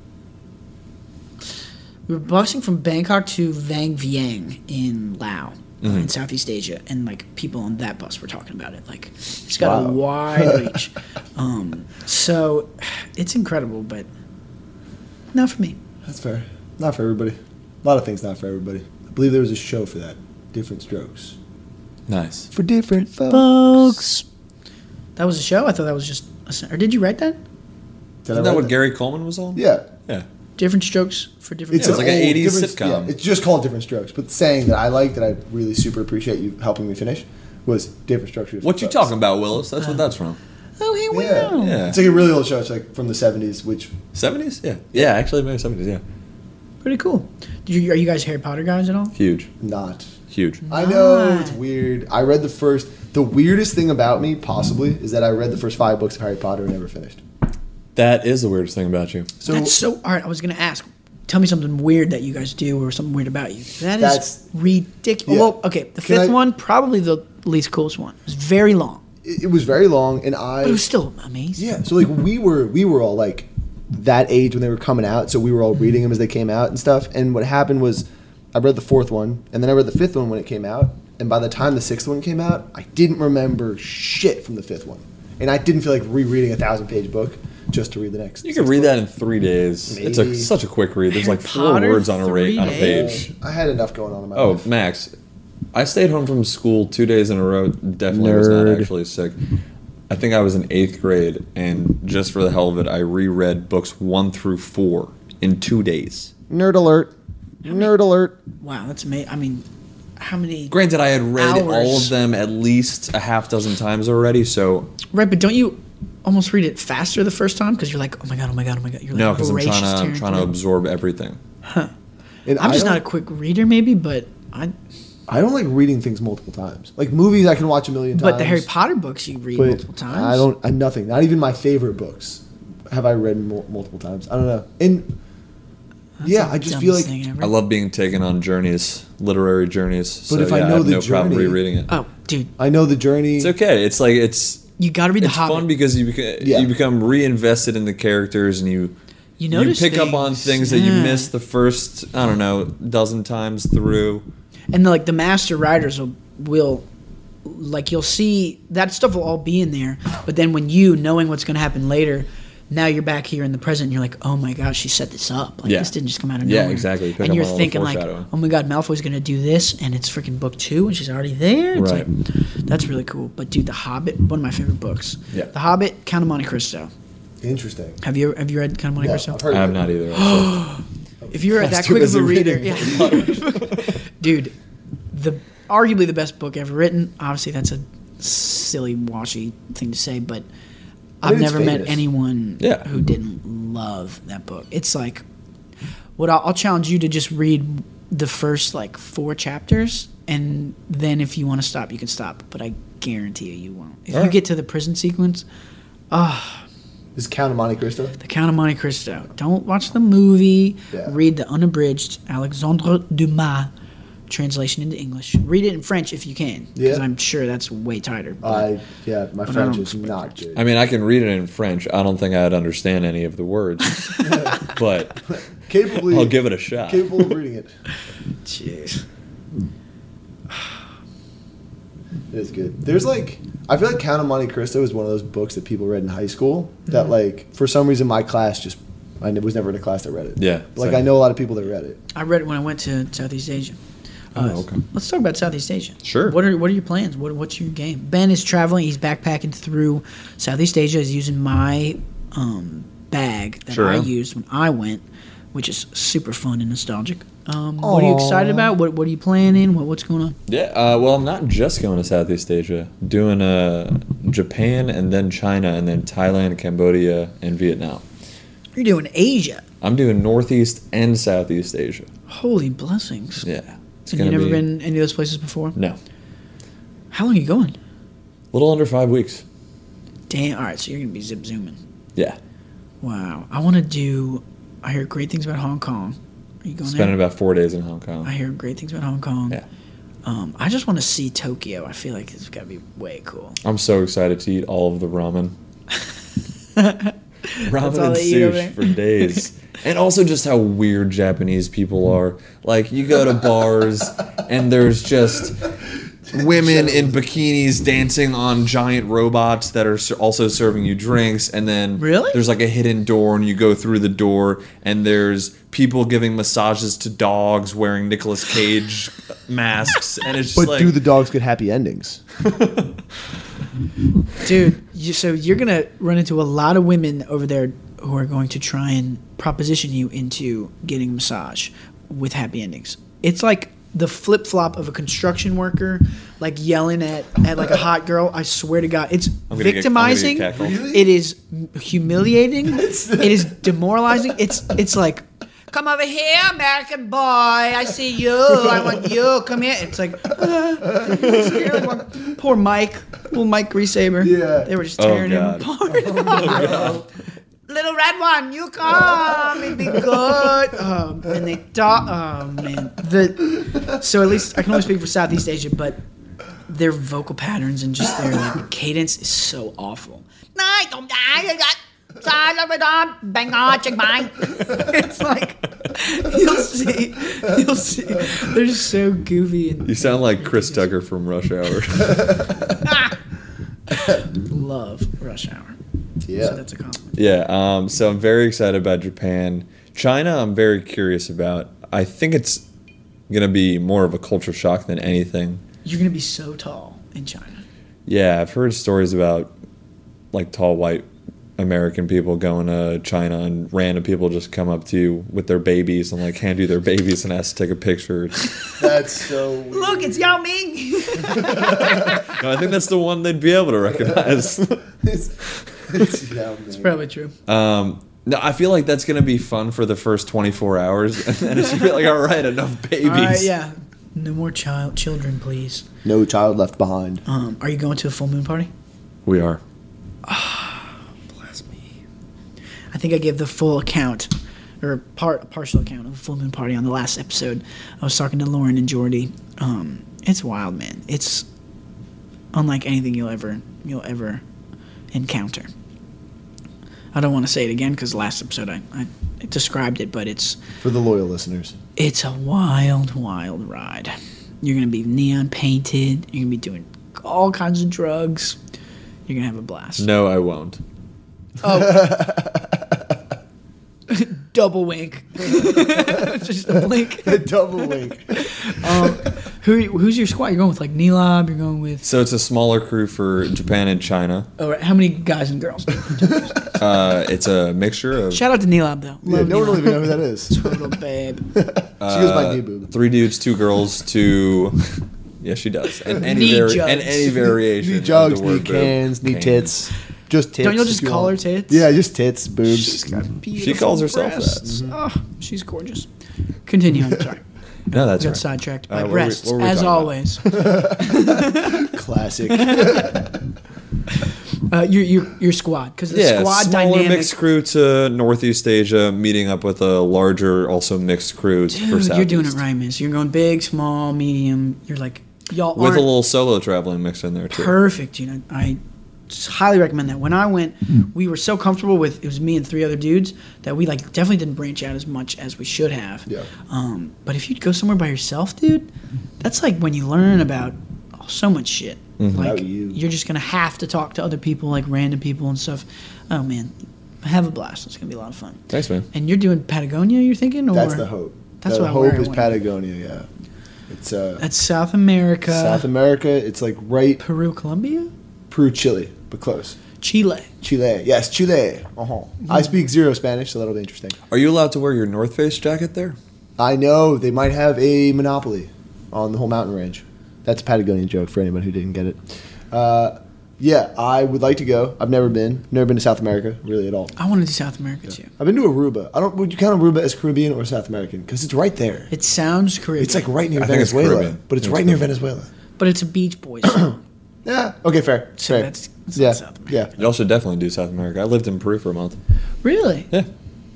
We were busing from Bangkok to Vang Vieng in Laos, uh, Mm-hmm. in Southeast Asia, and like people on that bus were talking about it. Like it's got a Wow. wide reach. Um, so it's incredible, but not for me. That's fair. Not for everybody. A lot of things not for everybody. I believe there was a show for that. Different strokes. Nice. For different folks. Folks, that was a show. I thought that was just. A, sen- or did you write that? Did I Isn't that write what Gary Coleman was on? Yeah. Yeah. Different strokes for different. It's folks. like an old 80s different- sitcom. it's just called Different Strokes. But saying that I like that I really super appreciate you helping me finish was Different Strokes. for Different What you Folks. talking about, Willis? That's Uh, what that's from. oh, hey, Yeah. wow. Yeah. It's like a really old show. It's like from the 70s, which 70s? Yeah. Yeah, actually, maybe 70s, yeah. Pretty cool. Do you, are you guys Harry Potter guys at all? Huge. not. Huge. I know it's Not. weird. I read the first. The weirdest thing about me, possibly, is that I read the first five books of Harry Potter and never finished. That is the weirdest thing about you. So that's so. All right, I was gonna ask. Tell me something weird that you guys do, or something weird about you. That is That's- ridiculous. Yeah. Well, okay, the Can fifth I- one, probably the least coolest one. It was very long, it, it was very long, and I but it was still amazing. Yeah. So like we were we were all like that age when they were coming out, so we were Mm-hmm. all reading them as they came out and stuff. And what happened was I read the fourth one and then I read the fifth one when it came out, and by the time the sixth one came out, I didn't remember shit from the fifth one. And I didn't feel like rereading a thousand page book just to read the next. You could read that in three days. It's a, Maybe. such a quick read. There's like Harry four Potter, words on a, three ra- on a days? page. I had enough going on in my Oh, life. Max, I stayed home from school two days in a row. Definitely was not Nerd. actually sick. I think I was in eighth grade, and just for the hell of it, I reread books one through four in two days. Nerd alert. Nerd alert. Wow, that's amazing. I mean, how many? Granted, I had read all Hours. of them at least a half dozen times already, so Right, but don't you almost read it faster the first time because you're like, oh my god, oh my god, oh my god. You're like no, because I'm voracious trying to I'm tearing trying to through. absorb everything. And I'm I just don't- not a quick reader, maybe, but I. I don't like reading things multiple times. Like movies, I can watch a million times. But the Harry Potter books you read but multiple times. I don't. I, nothing. Not even my favorite books have I read mul- multiple times. I don't know. And yeah, I just feel like. Dumbest thing ever. I love being taken on journeys, literary journeys. But so if I yeah, know have the no problem journey- rereading it. Oh, dude, I know the journey. It's okay. It's like it's you got to read the it's Hobbit. fun because you become Yeah. you become reinvested in the characters and you you notice pick up on things that you Yeah. missed the first I don't know dozen times through. and like the master writers will, will like you'll see that stuff will all be in there but then when you knowing what's going to happen later now you're back here in the present and you're like oh my gosh she set this up like Yeah. this didn't just come out of Yeah, nowhere exactly. You pick and up you're on all the thinking like foreshadowing. oh my god malfoy's going to do this and it's freaking book two and she's already there it's Right. like that's really cool but dude the hobbit one of my favorite books Yeah. the hobbit count of monte cristo Interesting. have you have you read count of monte Yeah, cristo I've heard I have of it. not either. actually. if you're that too quick of busy a reader, reading. yeah. dude, the arguably the best book ever written. Obviously, that's a silly, washy thing to say, but I've it's never met famous. anyone Yeah. who didn't love that book. It's like what I'll, I'll challenge you to just read the first like four chapters, and then if you want to stop, you can stop. But I guarantee you, you won't. If you Alright. get to the prison sequence, Is Count of Monte Cristo? the Count of Monte Cristo. Don't watch the movie. Yeah. Read the unabridged Alexandre Dumas translation into English. Read it in French if you can, because Yeah. I'm sure that's way tighter. but- I yeah. My I French don't is speak not good. I mean, I can read it in French. I don't think I'd understand any of the words, but Capably. I'll give it a shot. Capable of reading it. Jeez. It is good. There's like I feel like Count of Monte Cristo is one of those books that people read in high school Mm-hmm. that like for some reason my class just I was never in a class that read it. Yeah, Like same. I know a lot of people that read it. I read it when I went to Southeast Asia. Oh, okay. Let's talk about Southeast Asia. Sure. What are what are your plans? What what's your game? Ben is traveling. He's backpacking through Southeast Asia. He's using my um, bag that Sure I am. used when I went, which is super fun and nostalgic. Um, what are you excited about? What what are you planning? What what's going on? Yeah, uh, well, I'm not just going to Southeast Asia. Doing uh, Japan and then China and then Thailand, Cambodia, and Vietnam. You're doing Asia. I'm doing Northeast and Southeast Asia. Holy blessings. Yeah, it's and you've gonna never be- been any of those places before? No, How long are you going? little under five weeks. Damn. All right, so you're going to be zip zooming. Yeah, Wow. I want to do. I hear great things about Hong Kong. Are you going there? spending about four days in Hong I Kong. hear great things about Hong Kong. Yeah. Um, I just want to see Tokyo. I feel like it's got to be way cool. I'm so excited to eat all of the ramen. That's ramen all and they eat over there. sushi for days. and also just how weird Japanese people are. Like you go to bars and there's just women in bikinis dancing on giant robots that are ser- also serving you drinks and then Really? there's like a hidden door and you go through the door and there's people giving massages to dogs wearing Nicolas Cage masks and it's just But like do the dogs get happy endings? dude. You, so you're gonna run into a lot of women over there who are going to try and proposition you into getting a massage with happy endings. It's like the flip flop of a construction worker, like yelling at at like a hot girl. I swear to God, it's gonna get- I'm gonna get victimizing. cackled. It is humiliating. it is demoralizing. It's it's like. Come over here, American boy. I see you. I want you. Come here. It's like, Poor Mike, little Mike Greasaber. Yeah. they were just Oh, tearing God. Oh, him apart. little red one, you come, it'd be good. Um, and they talk. Oh man, the so at least I can only speak for Southeast Asia, but their vocal patterns and just their like, cadence is so awful. Night, don't die, I got- side of it on, bang on, check mine. It's like you'll see, you'll see. They're just so goofy and you sound like Chris Tucker from Rush Hour. love rush hour. Yeah. So that's a compliment. yeah, um, so I'm very excited about Japan. China, I'm very curious about. I think it's gonna be more of a culture shock than anything. You're gonna be so tall in China. Yeah, I've heard stories about like tall white American people going to China and random people just come up to you with their babies and like hand you their babies and ask to take a picture. It's- That's so weird. Look, it's Yao Ming. no, I think that's the one they'd be able to recognize. it's, it's, yeah, man. Probably true. um, no, I feel like that's gonna be fun for the first 24 hours, and then it's gonna be like, all right, enough babies. All right, yeah. No more child children, please. No child left behind. Um, are you going to a full moon party? We are. Bless me. I think I gave the full account, or part a partial account of the full moon party on the last episode. I was talking to Lauren and Jordy. Um, it's wild, man. It's unlike anything you'll ever you'll ever encounter. I don't want to say it again because last episode I, I described it, but it's For the loyal listeners. it's a wild, wild ride. You're gonna be neon painted. You're gonna be doing all kinds of drugs. You're gonna have a blast. No, I won't. Double wink, just a blink. Double wink. Who, who's your squad? You're going with like Nilab. You're going with So it's a smaller crew for Japan and China. or how many guys and girls? Uh, it's a mixture of Shout out to Nilab though. Yeah, Love no one will even know who that is. She Nilab, little babe. goes by Uh, New Boob. Three dudes, two girls, two. Yeah, she does. And any Knee vari- jugs. and any variation. Knee of jugs, the knee word boob. cans, knee Can. tits. Just tits. Don't y'all if just you call want. her tits? Yeah, just tits, boobs. She's got beautiful She calls herself that. Mm-hmm. breasts. Oh, she's gorgeous. Continue. I'm sorry. No, that's Got right. sidetracked Uh, by what were we- breasts, what were we as talking about? always. Classic. Uh, your, your your squad because the Yeah, squad smaller dynamic. mixed crew to Northeast Asia, meeting up with a larger, also mixed crew for Dude, Southeast. you're doing it right, miss. You're going big, small, medium. You're like y'all With aren't a little solo traveling mixed in there too. perfect. You know, I just highly recommend that. When I went, Mm-hmm. we were so comfortable with it was me and three other dudes that we like definitely didn't branch out as much as we should have. Yeah. Um, but if you'd go somewhere by yourself, dude, that's like when you learn about oh, so much shit. Like Mm-hmm. About you. are just gonna have to talk to other people, like random people and stuff. Oh man, have a blast. It's gonna be a lot of fun. Thanks, man. And you're doing Patagonia, you're thinking? Or? That's the hope. That's the what I hope wear is when- Patagonia, yeah. It's uh, That's South America, South America. It's like right Peru, Colombia, Peru, Chile, but close. Chile. Chile. Yes, Chile. Uh-huh. I Mm-hmm. speak zero Spanish, so that'll be interesting. Are you allowed to wear your North Face jacket there? I know they might have a monopoly on the whole mountain range. That's a Patagonian joke for anyone who didn't get it. Uh, yeah, I would like to go. I've never been. Never been to South America, really, at all. I want to do South America too. I've been to Aruba. I don't. Would you count Aruba as Caribbean or South American? Because it's right there. It sounds Caribbean. It's like right near I think it's Venezuela, Caribbean. but it's It's right near Venezuela. but it's a Beach Boys. song. Yeah. Okay. Fair. So fair. that's- that's yeah. not South America. Yeah. Y'all should definitely do South America. I lived in Peru for a month. really? Yeah.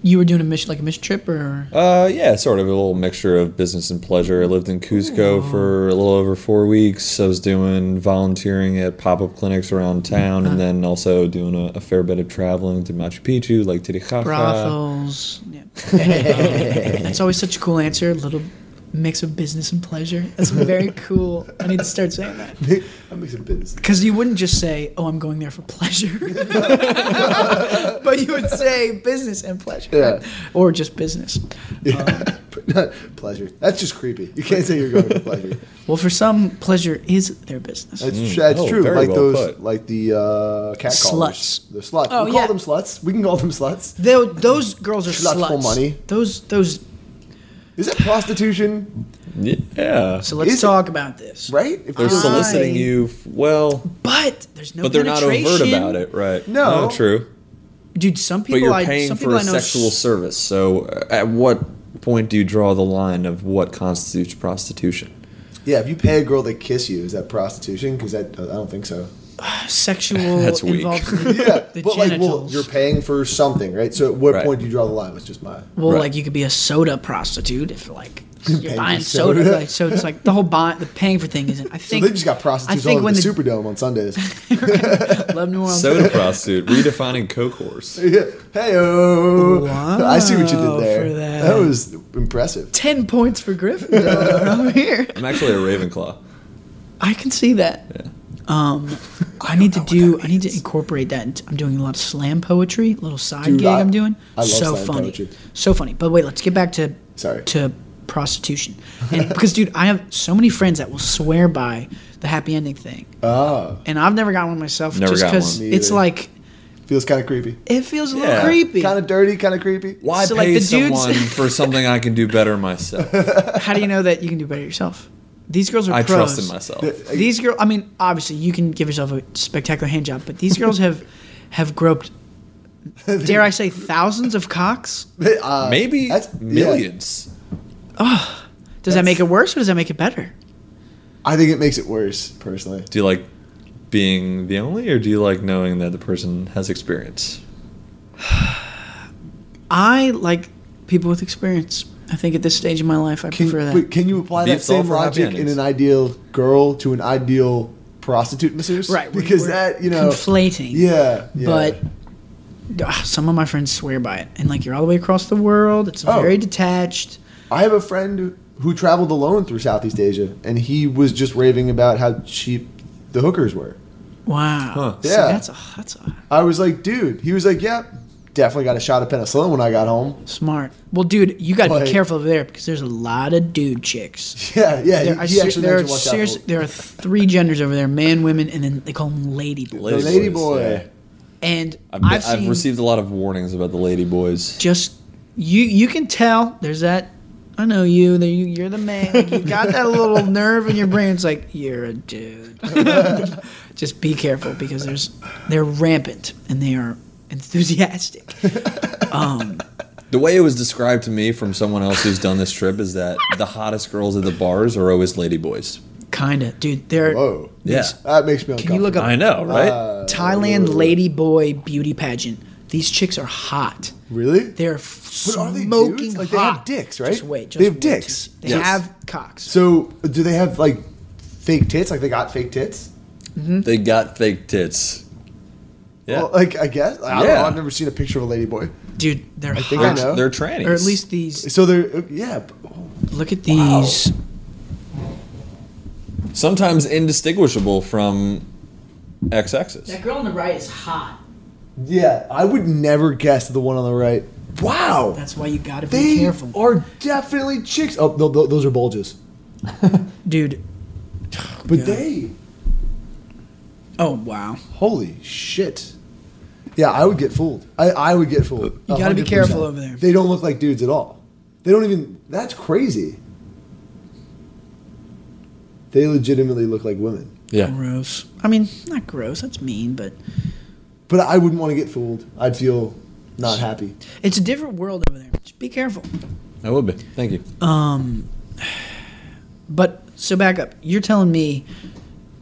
You were doing a mission, like a mission trip, or Uh, yeah, sort of a little mixture of business and pleasure. I lived in Cusco for a little over four weeks. I was doing volunteering at pop up clinics around town, Uh. and then also doing a, a fair bit of traveling to Machu Picchu, Lake Titicaca. brothels. yeah. That's always such a cool answer. Little mix of business and pleasure. That's very cool. I need to start saying that. that makes a business. Because you wouldn't just say, "Oh, I'm going there for pleasure," but you would say business and pleasure, Yeah. or just business. Yeah. Not pleasure. That's just creepy. You can't say you're going for pleasure. Well, for some, pleasure is their business. That's, that's Oh, true. very Like well those, put. like the uh, cat callers. Sluts. The sluts. Oh, we call yeah. them sluts. We can call them sluts. Tho- those girls are Sluts for sluts. money. Those those. Is that prostitution? Yeah. So let's Is it- talk about this. Right? If They're you're- soliciting I- you. f- Well, But there's no. but they're not overt penetration. about it, right? Oh, No. true. dude. Some people But you're I paying some for people a I know sexual s- service. So, uh, at what point do you draw the line of what constitutes prostitution? Yeah, if you pay a girl to kiss you, is that prostitution? Because that I don't think so. sexual That's weak. involved in the, Yeah, the but like, well, genitals. you're paying for something, right? So at what Right. point do you draw the line? It's just my. Well, Right. like you could be a soda prostitute if like you're Paying buying for soda. soda. Like, so it's like the whole buy, the paying for thing isn't. I So think they just got prostitutes all over the, the Superdome on Sundays. Love New Orleans. Soda prostitute, redefining co-course. hey, oh, I see what you Wow, did there. for That. that. was impressive. Ten points for Gryffindor over here. I'm actually a Ravenclaw. I can see that. Um, I need to do. I need to incorporate that. into- I'm doing a lot of slam poetry, little side Dude, gig I- I, am doing. I love so slam funny, poetry. so funny. But wait, let's get back to Sorry. to prostitution, and because dude, I have so many friends that will swear by the happy ending thing, Ah, and I've never got one myself Never just got because one. Me it's either. like feels kind of creepy, it feels a Yeah. little creepy. kind of dirty, kind of creepy. Why So, like, pay the dudes- someone for something I can do better myself? How do you know that you can do better yourself? These girls are I pros. trust in myself. These girls, I mean, obviously you can give yourself a spectacular hand job, but these girls have have groped, dare I say, thousands of cocks. Uh, Maybe that's- yeah. millions. Does that make it worse or does that make it better? I think it makes it worse, personally. Do you like being the only, or do you like knowing that the person has experience? I like people with experience. I think at this stage in my life, I Can, prefer that. wait, can you apply that Beats all same for happy logic in endings. an ideal girl to an ideal prostitute masseuse? right, we're- because we're that you know, conflating. yeah, yeah, but. ah, Some of my friends swear by it, and like you're all the way across the world. It's Oh. very detached. I have a friend who traveled alone through Southeast Asia, and he was just raving about how cheap the hookers were. Wow. Huh. So Yeah. that's a that's a I was like, dude. He was like, yep, definitely got a shot of penicillin when I got home. smart. Well, dude, you got to Like- be careful over there because there's a lot of dude chicks. Yeah, yeah. There, I he he ser- actually there, there are serious, there are three genders over there: man, women, and then they call them lady boys. Lady the lady boys, boy. yeah. And I've, I've, I've seen received a lot of warnings about the lady boys. just you. You can tell there's that. I know you. That you you're the man. Like, you got that little nerve in your brain. It's like you're a dude. just be careful because there's they're rampant and they are enthusiastic. Um, The way it was described to me from someone else who's done this trip is that the hottest girls at the bars are always lady boys. kinda, dude. They're Whoa, Yeah, that makes me can you uncomfortable. look up I know, right? Uh, Thailand lady boy beauty pageant? These chicks are hot. really? They're f- But are they smoking dudes? Like, hot. they have dicks, right? Just wait. Just They have wait. dicks. They Yes. have cocks. So, do they have like fake tits? Like they got fake tits? They got fake tits. Yeah, Well, uh, like I guess I don't know. Yeah. I've never seen a picture of a lady boy. Dude, they're hot. think I know. they're trannies. Or at least these. So they're yeah. but- Look at these. sometimes indistinguishable from XX's. girl on the right is hot. Yeah, I would never guess the one on the right. Wow, That's why you gotta be they careful. are definitely chicks. Oh, no, tho- those are bulges. Dude. But Yeah. they, Oh, wow. holy shit. Yeah, I would get fooled. I, I would get fooled. You gotta be 100%. careful over there. They don't look like dudes at all. They don't even. That's crazy. They legitimately look like women. Yeah, Gross. I mean, not gross. That's mean, but But I wouldn't want to get fooled. I'd feel not happy. it's a different world over there. Just be careful. I would be. Thank you. Um, but so back up. You're telling me,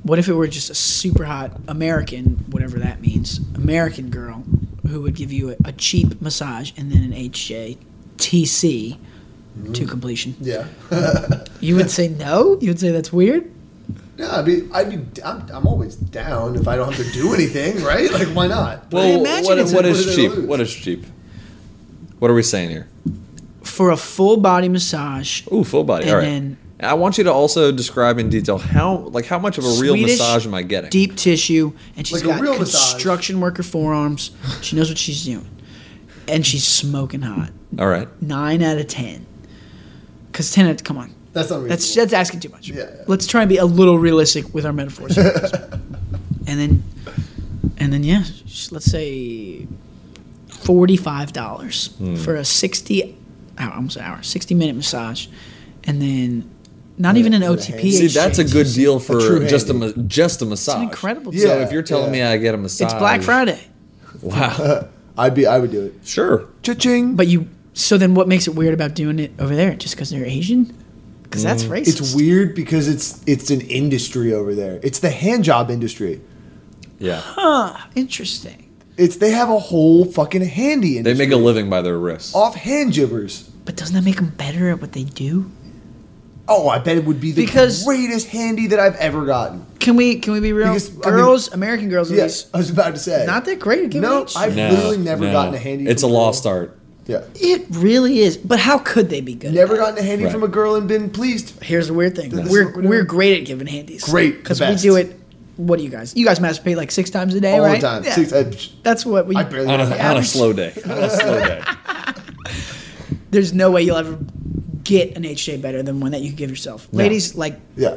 what if it were just a super hot American, whatever that means, American girl who would give you a, a cheap massage and then an HJTC Mm. to completion? Yeah. You would say no. You would say that's weird. no, I'd be. I'd be. I'm, I'm always down if I don't have to do anything, right? Like, why not? I imagine what, it's a- what what do is they cheap? lose? What is cheap? What are we saying here? for a full body massage. Ooh, full body. And All right. then- I want you to also describe in detail how, like, how much of a real Swedish massage am I getting? Deep tissue, and she's Like a got real massage. construction worker forearms. She knows what she's doing, and she's smoking hot. All right. Nine out of ten, because ten. Out come on, That's not reasonable. that's that's asking too much. Yeah. Let's try and be a little realistic with our metaphors, here, guys. and then, and then yeah, sh- let's say forty-five dollars Hmm. for a sixty, hour, almost an hour, sixty-minute massage, and then not even an and a OTP. hand. See, that's a exchange. good deal for true just a handy. ma- just a massage. incredible So deal. if you're telling me Yeah, I get a massage, It's Black Friday. Wow. I'd be. I would do it. sure. Cha-ching. But you. So then, what makes it weird about doing it over there? Just because they're Asian? Because that's racist. Hmm. It's weird because it's it's an industry over there. It's the hand job industry. Yeah. Huh, interesting. It's they have a whole fucking handy They industry. make a living by their wrists. off hand jibbers. But doesn't that make them better at what they do? Oh, I bet it would be the Because- greatest handy that I've ever gotten. Can we can we be real? Because, I mean- girls, American girls, at Yes, least, I was about to say. not that great at giving No, no, I've No, literally never no. gotten a handy. It's a from girl. lost art. Yeah, It really is. But how could they be good? never at that? gotten a handy Right. from a girl and been pleased. Here's the weird thing. This is We're what we're doing. we're great at giving handies. Great, the because we best. do it. What do you guys? You guys masturbate like six times a day, All right? the time. Yeah. Six, I, That's what we. I barely On a, on a average. slow day. On a slow day. there's no way you'll ever get an HJ better than one that you give yourself. Ladies, like, Yeah.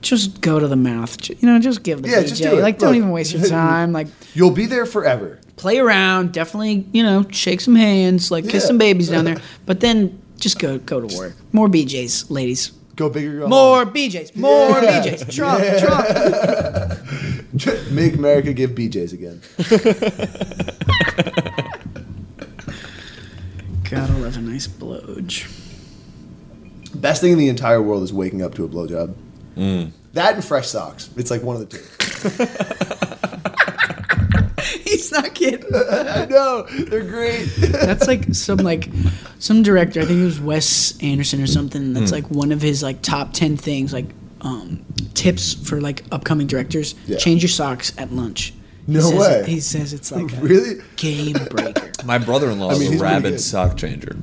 just go to the mouth. Ju- You know, just give the Yeah, BJ. just do it. Like, don't Look. even waste your time. Like, You'll be there forever. play around. Definitely, you know, shake some hands. Like, kiss Yeah. some babies down there. But then just go go to work. More BJs, ladies. Go bigger, go More BJs. More Yeah. BJs. Trump. Trump. home. Make America give BJ's again. Gotta love a nice blowj. Best thing in the entire world is waking up to a blowjob. Mm. That and fresh socks. It's like one of the two. He's not kidding. I know they're great. That's like some like some director. I think it was Wes Anderson or something. That's Hmm. like one of his like top ten things like um, tips for like upcoming directors. Yeah. Change your socks at lunch. He No says way. It, he says it's like a really, game breaker. My brother-in-law is mean, he's a pretty rabid good. sock changer.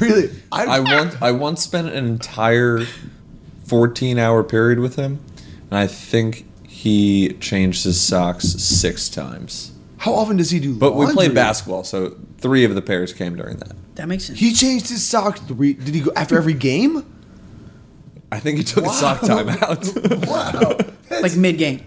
really. I once I once spent an entire 14 hour period with him, and I think he changed his socks six times. How often does he do? But we laundry? played basketball, so three of the pairs came during that. That makes sense. He changed his socks three. Did he go after every game? I think he took a sock time out. Wow. like mid game.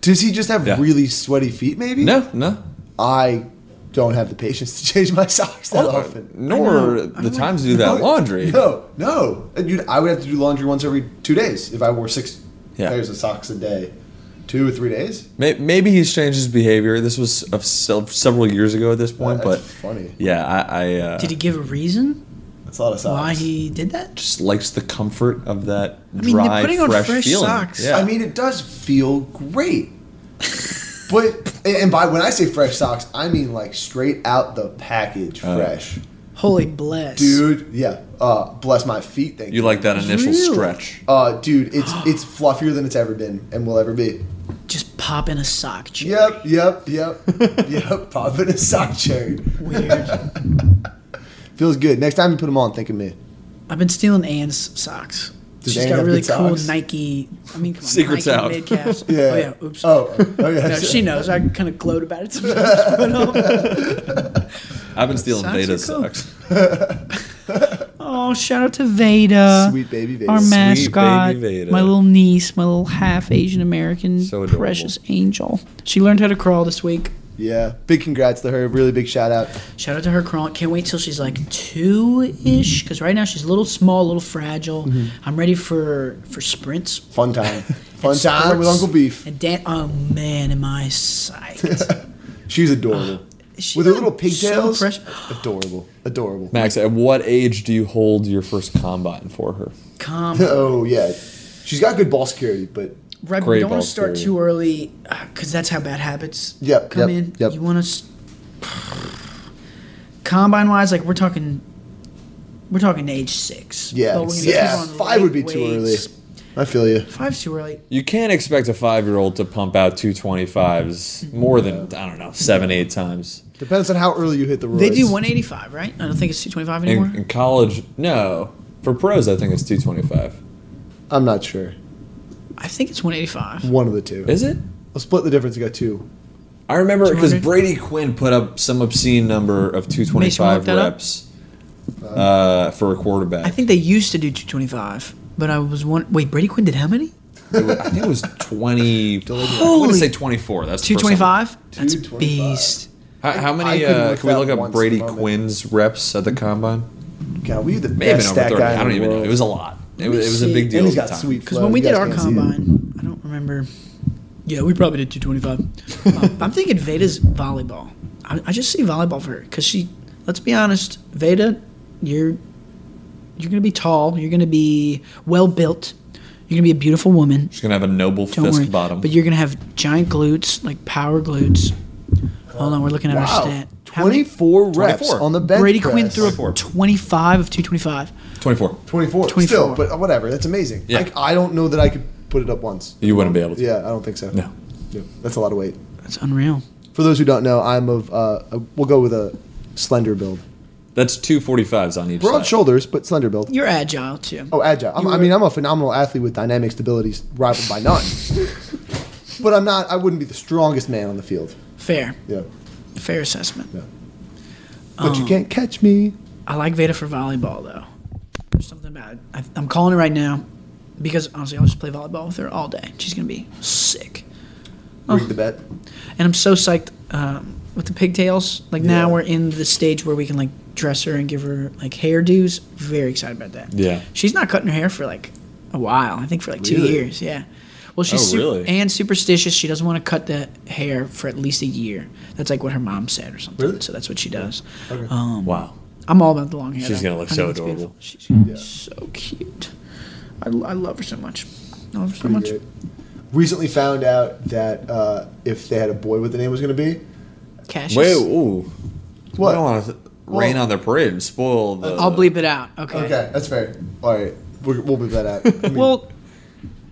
does he just have Yeah. really sweaty feet? Maybe. no, no. I don't have the patience to change my socks that often. Nor the time to do that laundry. No, no, And dude. I would have to do laundry once every two days if I wore six Yeah. pairs of socks a day, two or three days. May- Maybe he's changed his behavior. This was of se- several years ago at this point, That's but funny. yeah, I, I uh, Did he give a reason That's a lot of socks. why he did that? just likes the comfort of that mean, dry, putting on fresh, fresh feeling. socks. Yeah. I mean, it does feel great. but and by when I say fresh socks, I mean like straight out the package Oh. fresh, Holy bless, dude. Yeah. Uh, bless my feet. Thank you. you like that initial Really? stretch. Uh, dude, it's it's fluffier than it's ever been and will ever be. Just pop in a sock. Jerry. Yep, yep, yep, yep. Popping a sock cherry Weird. feels good. Next time you put them on, think of me. I've been stealing Anne's socks. Does She's Ann got have really good cool socks? Nike. I mean, come on, Secret's Nike out. mid calves. Yeah. Oh yeah. Oops. Oh, oh yeah. No, she knows. I kind of gloat about it. Sometimes. I've been stealing Socks are Veda cool. socks. oh, shout out to Veda, Sweet baby Veda. our Sweet mascot, baby Veda. my little niece, my little half Asian American, So adorable. precious angel. She learned how to crawl this week. yeah. Big congrats to her. Really big shout out. Shout out to her crawling. Can't wait till she's like two ish, because right now she's a little small, a little fragile. Mm-hmm. I'm ready for for sprints. Fun time. Fun and time with sports Uncle Beef. And Dan, oh man, am I psyched? She's adorable. She with her got little so pigtails. fresh- adorable. Adorable. Max, at what age do you hold your first combine for her? Calm Oh yeah, she's got good ball security, but Right, but Gray you don't want to ball start theory. too early because that's how bad habits Yep, come yep, in. yep. You want to s combine wise, like we're talking, we're talking age six. Yeah, but we're gonna yeah, keep on five would be too lightweights. I feel you. Five's too early. You can't expect a five year old to pump out two twenty fives more than, I don't know, seven, eight times. Depends on how early you hit the roids. They do 185, right? I don't think it's 225 anymore. In, in college, no. For pros, I think it's 225. I'm not sure. I think it's 185. One of the two. Is it? I'll split the difference. You got two. I remember because 200? Brady Quinn put up some obscene number of Mason, look 225 that up. reps uh, for a quarterback. I think they used to do 225, but I was one. Wait, Brady Quinn did how many? It was- I think it was 20. I'm going Holy- to say 24. That's the first time. 225? That's a 225. beast. How, how many? I couldn't Uh, look can we that look up once Brady at the moment. Quinn's reps at the combine? God, we the May have been best over stat 30. guy. I in don't the even know. world. It was a lot. It, me was- it was a see. big And deal. And he's at got the time. sweet. Because flow. when we You did guys our can't see it. combine, I don't remember. Yeah, we probably did 225. um, I'm thinking Veda's volleyball. I, I just see volleyball for her because she. Let's be honest, Veda, you're you're gonna be tall. You're gonna be well built. You're gonna be a beautiful woman. She's gonna have a noble Don't fist worry. bottom. But you're gonna have giant glutes, like power glutes. Hold on, we're looking at our Wow, stat. How many- 24 reps 24. on the bench. Brady press. Quinn threw a 24. 25 of 225. 24. 24. 24. Still, but whatever. That's amazing. Yeah. Like, I don't know that I could put it up once. You wouldn't be able to. Yeah, I don't think so. No. Yeah, that's a lot of weight. That's unreal. For those who don't know, I'm of. Uh, a- we'll go with a slender build. That's two 45s on each Broad side. shoulders, but slender build. You're agile too. Oh, agile. I'm, I mean, I'm a phenomenal athlete with dynamic stabilities rivaled by none. but I'm not. I wouldn't be the strongest man on the field. Fair, Yeah. fair assessment. But you can't catch me. I like Veda for volleyball though. There's something about it. I, I'm calling it right now because honestly, I'll just play volleyball with her all day. She's gonna be sick, Oh. Read the bet. and I'm so psyched um, with the pigtails. Like now Yeah. we're in the stage where we can like dress her and give her like hairdos. Very excited about that. Yeah. she's not cutting her hair for like a while. I think for like two Really? years. Yeah. Well, she's Oh, su- really? and superstitious. She doesn't want to cut the hair for at least a year. That's like what her mom said or something. Really? So that's what she does. Oh. Wow. I'm all about the long hair. She's though. gonna look I so think it's adorable. beautiful. She's gonna be so cute. I, I love her so much. I love her so much. Pretty great. Recently found out that uh, if they had a boy, what the name was going to be. Cash. Wait. Ooh. What? I don't want to rain Well- on their parade and spoil the. I'll bleep it out. Okay. Okay, that's fair. All right, we're, we'll move that out. I mean, Well,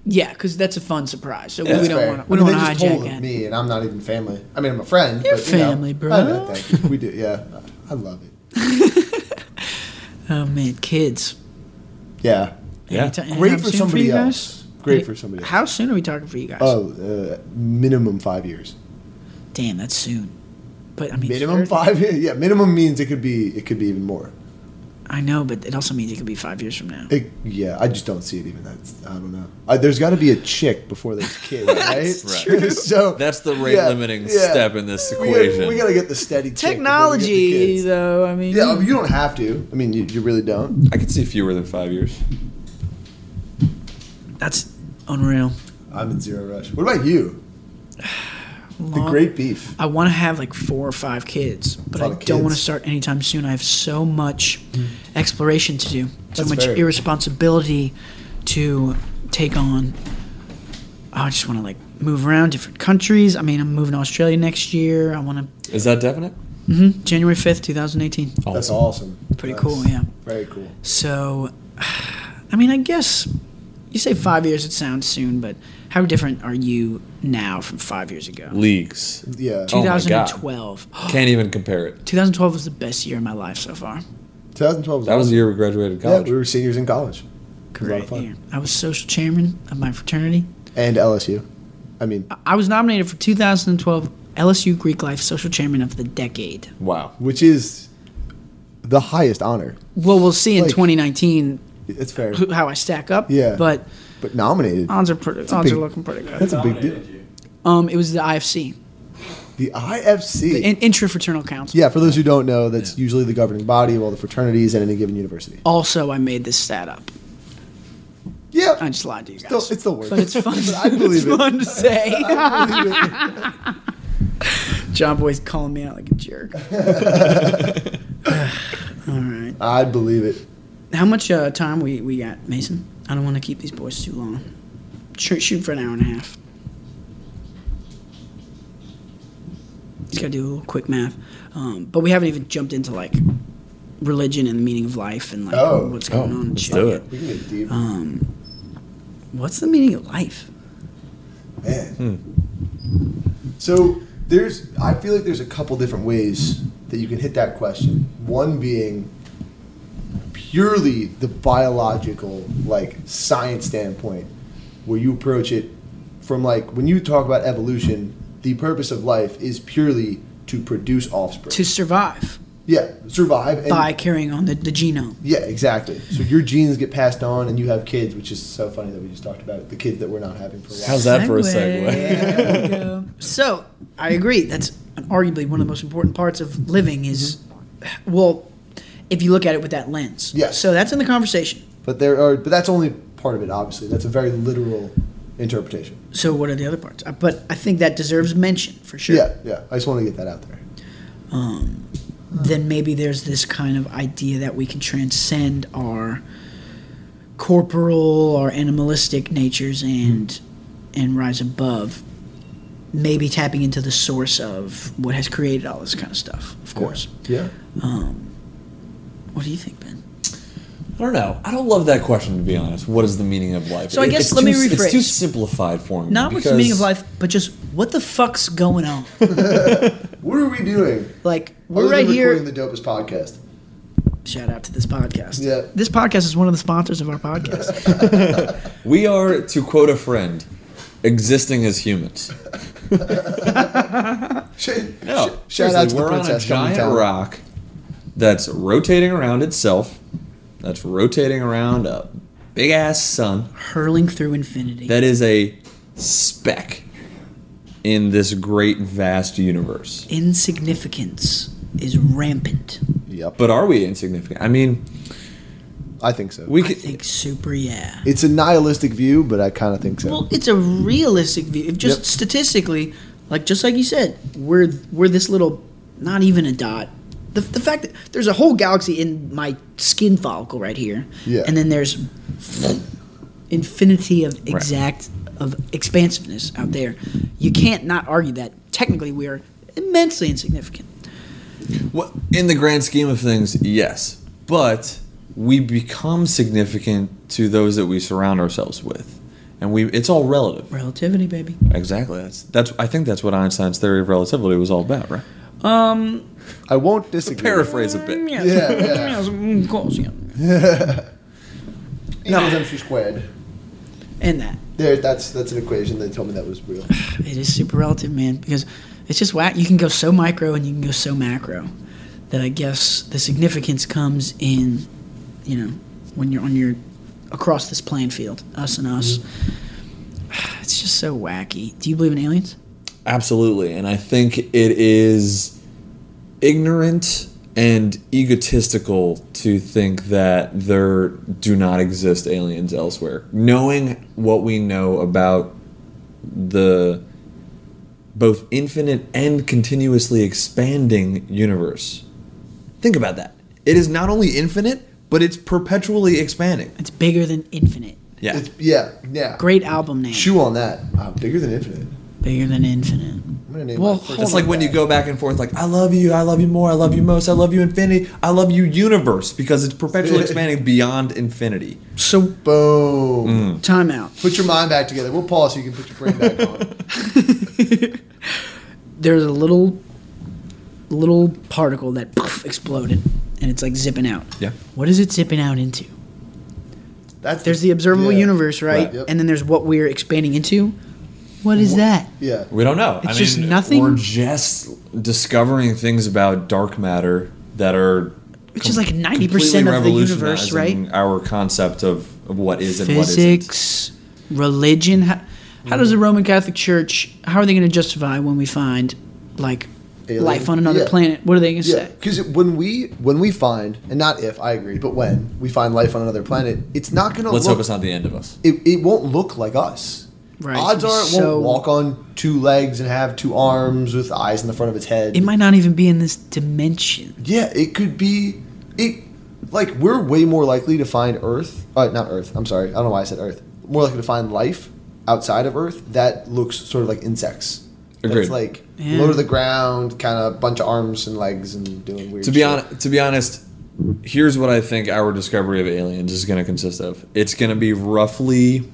yeah, because that's a fun surprise. So that's we don't fair. want to. We I mean, don't want they to just hijack told that. me, and I'm not even family. I mean, I'm a friend. You're but, you know, family, bro. I know, thank you. We do, yeah. I love it. Oh man, kids. Yeah, yeah. Anytime- great anytime for soon somebody you guys? else. Great Any- for somebody else. How soon are we talking for you guys? Oh, uh, minimum five years. Damn, that's soon. But I mean, 30 Minimum five years. Yeah, minimum means it could be. It could be even more. I know, but it also means it could be five years from now. It, yeah, I just don't see it even. That's I don't know. I, there's got to be a chick before there's a kid, right? Right. so That's the rate yeah, limiting yeah. step in this We gotta- equation. We got to get the steady chick before we get the Technology, kids. though. I mean, Yeah, I mean, you don't have to. I mean, you, you really don't. I could see fewer than five years. that's unreal. I'm in zero rush. What about you? The Long- great beef. I want to have like four or five kids, but a I lot of don't want to kids. Mm-hmm. start anytime soon. I have so much exploration to do, so That's much fair. irresponsibility to take on. I just want to like move around different countries. I mean, I'm moving to Australia next year. I want to Is that definite? Oh. January 5th, 2018. That's awesome. Pretty That's cool, yeah. Very cool. So, I mean, I guess you say five years. It sounds soon, but how different are you now from five years ago? Leagues. Yeah. Oh my God. 2012. Can't even compare it. 2012 was the best year of my life so far. 2012 was That was the year we graduated yeah, college. we were seniors in college a lot of Great fun. year. I was social chairman of my fraternity. and LSU. I mean, I was nominated for 2012 LSU Greek Life Social Chairman of the Decade. wow. which is the highest honor. Well, we'll see in Like- 2019 It's fair, who, Uh, how I stack up. Yeah. But but nominated. odds are pretty, odds big- are looking pretty good. That's a big deal. Um, it was the IFC, The IFC. in, Intrafraternal Council. Yeah, for those who don't know, that's usually the governing body of all the fraternities at any given university. Also, I made this stat up. Yeah, I just lied to you guys. still, it still works. but it's fun. But I it's believe it. fun to say. I believe it. John Boy's calling me out like a jerk. All right. I believe it. How much uh, time we, we got, Mason? I don't want to keep these boys too long. Shoot, shoot for an hour and a half. Just gotta do a little quick math. Um, but we haven't even jumped into like religion and the meaning of life and like Oh. what's going on. and let's shit do yet. it. We can get deep. What's the meaning of life? Man. So there's, I feel like there's a couple different ways that you can hit that question. One being purely the biological, like science standpoint, where you approach it from like when you talk about evolution, the purpose of life is purely to produce offspring. To survive yeah, survive. And, by carrying on the, the genome. Yeah, exactly. So your genes get passed on, and you have kids, which is so funny that we just talked about it. The kids that we're not having for a while. How's that for a segue? There we go. so I agree. That's arguably one of the most important parts of living is, well, if you look at it with that lens. Yes. So that's in the conversation. But there are, but that's only part of it. Obviously, that's a very literal interpretation. So what are the other parts? Uh, But I think that deserves mention for sure. Yeah, yeah. I just want to get that out there. Then maybe there's this kind of idea that we can transcend our corporal or animalistic natures and and rise above. Maybe tapping into the source of what has created all this kind of stuff. Of course. Yeah. What do you think, Ben? I don't know. I don't love that question to be honest. What is the meaning of life? So I guess it's let me too- It's too rephrase. simplified for me. Not what's the meaning of because- life, but just what the fuck's going on? What are we doing? Like we're Other than right here. recording the dopest podcast. Shout out to this podcast. Yeah. This podcast is one of the sponsors of our podcast. We are, to quote a friend, existing as humans. Shit. No, shout seriously, out to the we're on a princess coming giant down. rock that's rotating around itself, that's rotating around a big ass sun. Hurling through infinity. That is a speck in this great vast universe. Insignificance is rampant. Yep. But are we insignificant? I mean, I think so. we I could. think super yeah. it's a nihilistic view, but I kind of think so. Well, it's a realistic view. If just Yep. statistically, like just like you said, we're we're this little, not even a dot. The, the fact that there's a whole galaxy in my skin follicle right here, Yeah. and then there's infinity of exact of expansiveness out there. You can't not argue that technically we are immensely insignificant. Well, in the grand scheme of things, yes. But we become significant to those that we surround ourselves with. And we it's all relative. Relativity, baby. Exactly. That's that's I think that's what Einstein's theory of relativity was all about, right? I won't disagree. Paraphrase a bit. Yeah, Yeah, yeah. of course, yeah. Equals MC squared. And that. There, that's that's an equation. They told me that was real. It is super relative, man, because it's just whack. You can go so micro and you can go so macro that I guess the significance comes in, you know, when you're on your across this playing field, us and us. It's just so wacky. Do you believe in aliens? Absolutely. And I think it is ignorant and egotistical to think that there do not exist aliens elsewhere. Knowing what we know about the both infinite and continuously expanding universe. Think about that. It is not only infinite, but it's perpetually expanding. It's bigger than infinite. Yeah. It's yeah, yeah. Great album name. Chew on that. Wow, bigger than infinite. Bigger than infinite. I'm gonna name Well, my first- hold It's like when you go back and forth, like I love you, I love you more, I love you most, I love you infinity, I love you universe, because it's perpetually expanding beyond infinity. So Mm. Boom. time out. Put your mind back together. We'll pause so you can put your brain back on. There's a little little particle that poof, exploded and it's like zipping out. Yeah. What is it zipping out into? That's There's the observable yeah. universe, right? Right. Yep. And then there's what we're expanding into. What is that? Yeah. We don't know. It's just nothing? We're just discovering things about dark matter that are Which is like 90% completely of the universe, right? revolutionizing Our concept of, of what is and what isn't. Physics, religion. How, how does the Mm. Roman Catholic Church? How are they going to justify when we find like Alien? life on another Yeah. planet? What are they going to Yeah, say? because when we when we find and not if I agree, but when we find life on another planet, it's not gonna. Let's look, hope it's not the end of us. It, it won't look like us. Right, Odds it's are it so- won't walk on two legs and have two arms with eyes in the front of its head. It might not even be in this dimension. yeah, it could be. It like we're way more likely to find Earth. Uh, not Earth. I'm sorry. I don't know why I said Earth. More likely to find life outside of Earth that looks sort of like insects. Agreed. That's like Yeah. low to the ground, kind of bunch of arms and legs and doing weird. To be shit. honest, to be honest, here's what I think our discovery of aliens is going to consist of. It's going to be roughly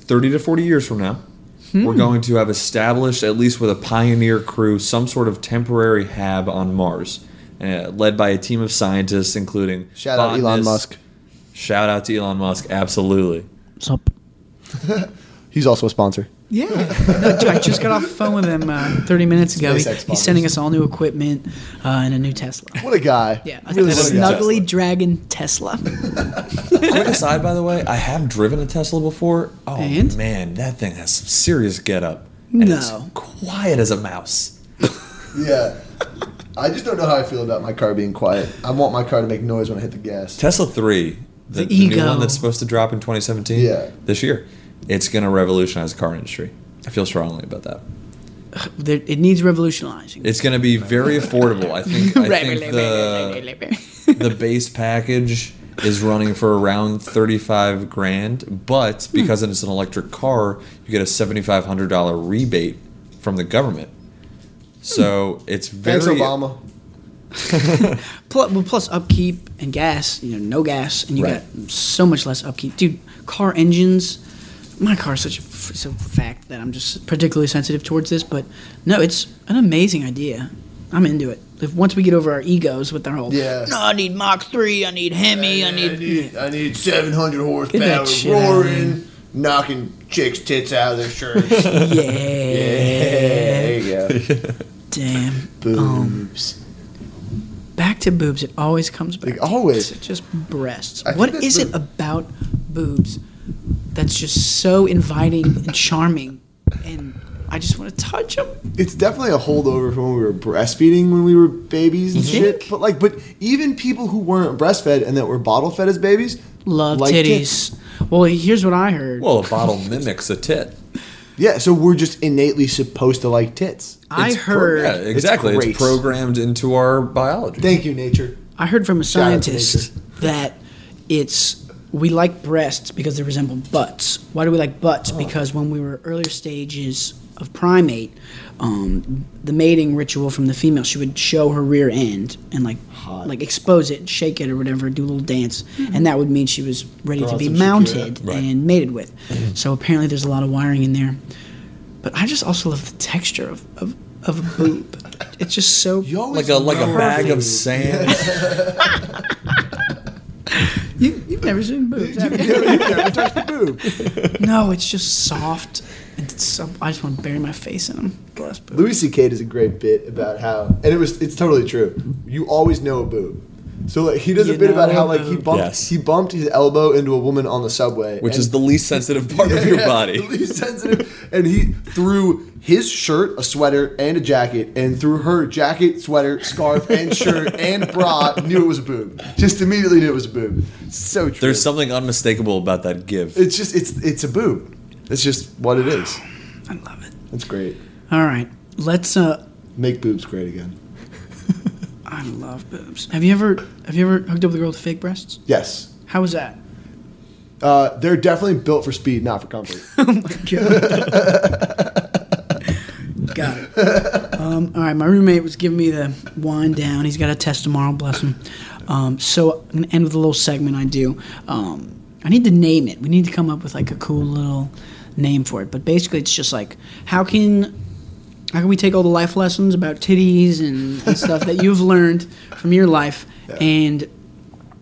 30 to 40 years from now, Hmm. we're going to have established, at least with a pioneer crew, some sort of temporary hab on Mars, uh, led by a team of scientists, including Shout out botanists. Elon Musk. Shout out to Elon Musk, absolutely. What's up? He's also a sponsor. Yeah. No, dude, I just got off the phone with him uh, 30 minutes ago. He- SpaceX he's sending us all new equipment uh, and a new Tesla. What a guy. Yeah, a, Really a what a guy. snuggly dragon Tesla. Quick aside, by the way, I have driven a Tesla before. Oh And? man, that thing has some serious get up. No. quiet as a mouse. Yeah. I just don't know how I feel about my car being quiet. I want my car to make noise when I hit the gas. Tesla three, the, The the new ego. one that's supposed to drop in 2017. Yeah. this year, it's gonna revolutionize the car industry. I feel strongly about that. There, it needs revolutionizing. It's gonna be very affordable. I think. I think the the base package is running for around 35 grand, but Hmm. because it's an electric car, you get a $7,500 rebate from the government. Hmm. So it's very Thanks, Obama. Plus, well, plus upkeep and gas. You know, no gas, and you Right. got so much less upkeep, dude. Car engines. My car's such a f- so fact that I'm just particularly sensitive towards this, but no, it's an amazing idea. I'm into it. If once we get over our egos with our whole, Yeah. no, I need Mach three, I need Hemi, I need, I need 700 horsepower that shit out of here. knocking chicks' tits out of their shirts. yeah. There you go. damn. Um, Boobs. Back to boobs, it always comes back. Like, always. It's just breasts. I think What that's is it the- about boobs that's just so inviting and charming, and I just want to touch them? it's definitely a holdover from when we were breastfeeding when we were babies and shit. think? But like, but even people who weren't breastfed and that were bottle fed as babies Love liked it. titties. Well, here's what I heard. Well, a bottle mimics a tit. Yeah, so we're just innately supposed to like tits. I It's pro- heard. yeah, exactly. It's, great. programmed into our biology. Thank you, nature. I heard from a Shout out to scientist that it's we like breasts because they resemble butts. Why do we like Oh. butts? Because when we were earlier stages of primate, um, the mating ritual from the female, she would show her rear end and like like expose it, shake it or whatever, do a little dance, Hmm. and that would mean she was ready to be Awesome, Shakira. mounted Right. and mated with. Mm-hmm. so apparently, there's a lot of wiring in there. But I just also love the texture of of, of a boob. It's just so You always like a like a know- bag of sand. You, you've never seen boobs, have you? You never touched a boob. no, it's just soft. And it's so, I just want to bury my face in them. Glass boob. Louis C.K. does a great bit about how, and it was it's totally true. You always know a boob. So like he does You a bit about know how a like he boob. bumped Yes. he bumped his elbow into a woman on the subway, Which and- is the least sensitive part of your Yeah, the body. least sensitive. And he threw his shirt, a sweater, and a jacket, and threw her jacket, sweater, scarf, and shirt and bra. Knew it was a boob. Just immediately knew it was a boob. So true. There's something unmistakable about that give. It's just it's it's a boob. It's just what it is. I love it. It's great. All right. Let's, uh, Make boobs great again. I love boobs. Have you ever, have you ever hooked up with a girl with fake breasts? Yes. How was that? Uh, they're definitely built for speed, not for comfort. Got it. Um, all right. My roommate was giving me the wine down. He's got a test tomorrow. Bless him. Um, so I'm going to end with a little segment I do. Um, I need to name it. We need to come up with like a cool little name for it. But basically, it's just like, how can how can we take all the life lessons about titties and, and stuff that you've learned from your life and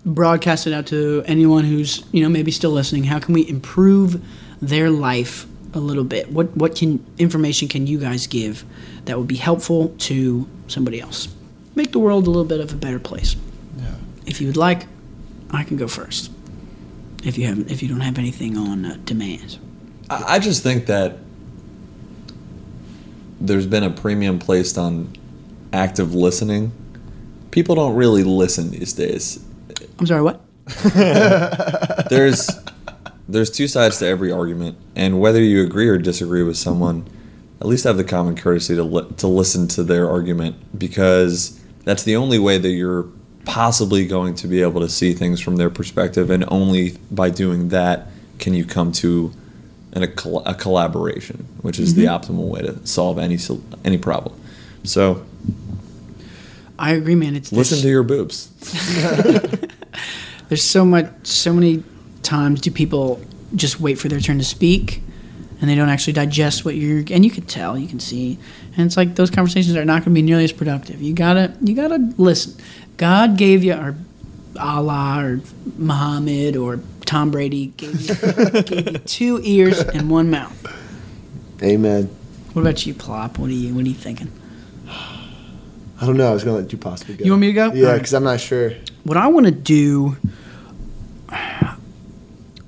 broadcast it out to anyone who's you know maybe still listening how can we improve their life a little bit what what can information can you guys give that would be helpful to somebody else make the world a little bit of a better place if you would like i can go first if you haven't if you don't have anything on uh, demand I I just think that there's been a premium placed on active listening. People don't really listen these days. i'm sorry what There's there's two sides to every argument, and whether you agree or disagree with someone, at least have the common courtesy to li- to listen to their argument because that's the only way that you're possibly going to be able to see things from their perspective, and only by doing that can you come to and a, col- a collaboration, which is the optimal way to solve any sol- any problem. So i agree man it's listen there's- to your boobs. there's so much so many times do people just wait for their turn to speak and they don't actually digest what you're and you can tell you can see and it's like those conversations are not going to be nearly as productive you gotta you gotta listen god gave you or allah or muhammad or tom brady gave you, gave you two ears and one mouth Amen. what about you plop what are you what are you thinking I don't know. I was gonna let you possibly go. You want me to go? Yeah, Alright. because I'm not sure. what I want to do,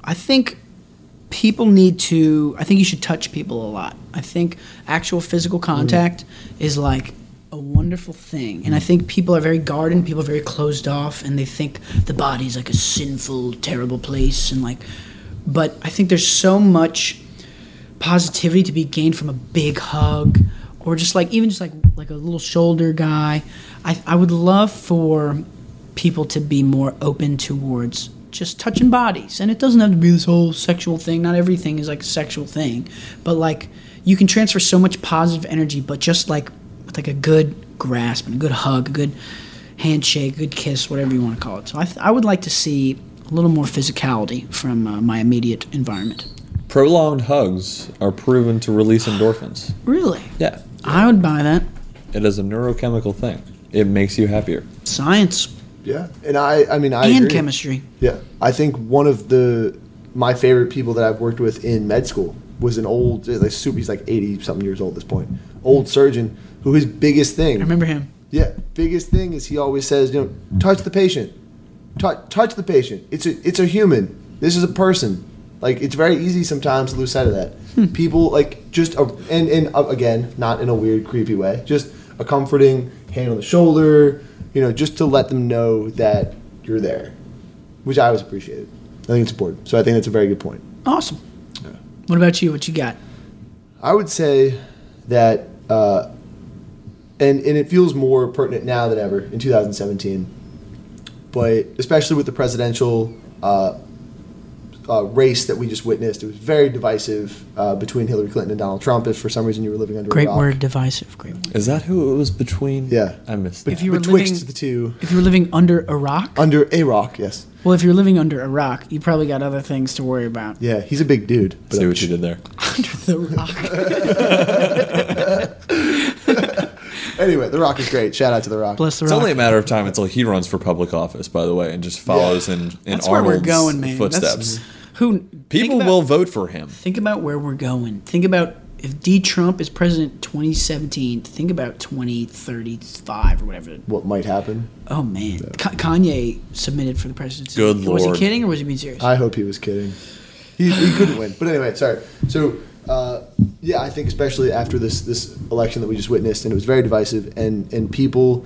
I think people need to, I think you should touch people a lot. I think actual physical contact is like a wonderful thing. And I think people are very guarded, people are very closed off, and they think the body's like a sinful, terrible place. And like, but I think there's so much positivity to be gained from a big hug or just like even just like like a little shoulder guy i i would love for people to be more open towards just touching bodies and it doesn't have to be this whole sexual thing not everything is like a sexual thing but like you can transfer so much positive energy but just like with like a good grasp and a good hug a good handshake a good kiss whatever you want to call it so i, th- I would like to see a little more physicality from uh, my immediate environment Prolonged hugs are proven to release endorphins. really Yeah, i would buy that it is a neurochemical thing. It makes you happier. science Yeah, and I, I mean, I and agree. chemistry. Yeah, I think one of the my favorite people that I've worked with in med school was an old, like super, he's like eighty something years old at this point, old surgeon who his biggest thing. I remember him. Yeah, biggest thing is he always says, you know, touch the patient, touch touch the patient. It's a it's a human. This is a person. Like it's very easy sometimes to lose sight of that. People like just a, and and uh, again, not in a weird creepy way, just a comforting hand on the shoulder, you know, just to let them know that you're there, which I always appreciated. I think it's important. So I think that's a very good point. Awesome. What about you? What you got? I would say that, uh, and and it feels more pertinent now than ever in 2017, but especially with the presidential uh, uh, race that we just witnessed, it was very divisive uh, between Hillary Clinton and Donald Trump. If for some reason you were living under a Great rock. word, divisive. Great word. Is that who it was between? Yeah. I missed If that. you were betwixt living, the two, if you were living under Iraq, under a rock, yes, well, if you're living under Iraq, you probably got other things to worry about. yeah, he's a big dude. But See what you did there. under the rock. anyway, the Rock is great. Shout out to the Rock. Bless the It's rock. only a matter of time until he runs for public office, by the way, and just follows in, in That's where Arnold's we're going, man. footsteps. That's, who People think about- will vote for him. think about where we're going. Think about if D. Trump is president 2017. Think about 2035 or whatever. What might happen? Oh man, Ka- Kanye submitted for the presidency. Good Was he lord. kidding or was he being serious? I hope he was kidding. He, he couldn't win. But anyway, sorry. So, uh, yeah, I think especially after this this election that we just witnessed, and it was very divisive, and and people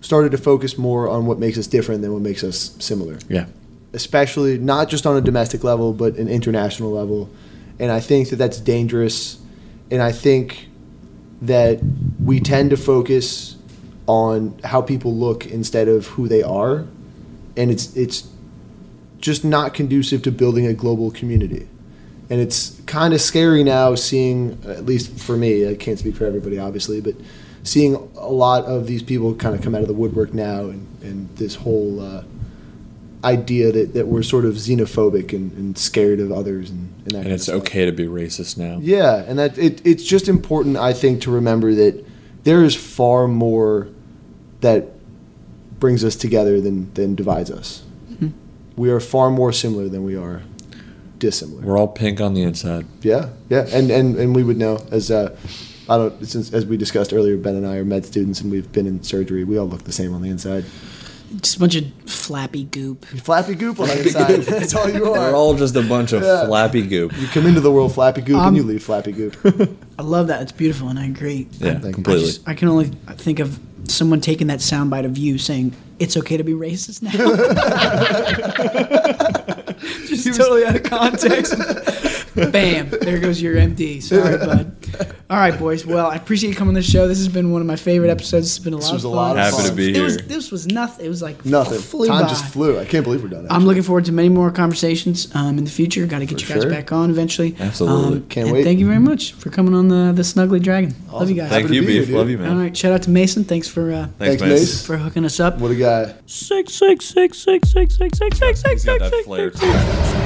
started to focus more on what makes us different than what makes us similar Yeah. especially not just on a domestic level but an international level and i think that that's dangerous and i think that we tend to focus on how people look instead of who they are and it's it's just not conducive to building a global community and it's kind of scary now seeing at least for me i can't speak for everybody obviously but seeing a lot of these people kind of come out of the woodwork now and, and this whole uh, idea that, that we're sort of xenophobic and, and scared of others and, and that And kind it's of stuff. okay to be racist now. Yeah, and that it, it's just important, I think, to remember that there is far more that brings us together than than divides us. We are far more similar than we are dissimilar. We're all pink on the inside. Yeah, yeah, and and, and we would know as uh, I don't since as we discussed earlier, Ben and I are med students, and we've been in surgery. We all look the same on the inside. Just a bunch of flappy goop. Flappy goop on the inside. That's all you are. We're all just a bunch of flappy goop. you come into the world flappy goop, Um, and you leave flappy goop. I love that. It's beautiful, and I agree. Yeah, think- I, completely. just, I can only think of someone taking that soundbite of you saying it's okay to be racist now. just totally out of context. Bam! There goes your MD. Sorry, bud. All right, boys. Well, I appreciate you coming on the show. This has been one of my favorite episodes. It's been a lot was of fun. a lot of Happy to fun. be It was, here. this was nothing. It was like Nothing. flew Time by. just flew. I can't believe we're done. I'm looking forward to many more conversations um, in the future. Got to get For you guys sure. back on eventually. Um, Absolutely. Can't and wait. Mm-hmm. Thank you very much for coming on the the Snuggly Dragon. Love you guys. Happy Thank to you, be here, Beef. dude. Love you, man. All right, shout out to Mason. Thanks for uh, Thanks, Thanks, Mace. Mace. for hooking us up. What a guy. Six six six six six six six six He's got six that six flair six. too.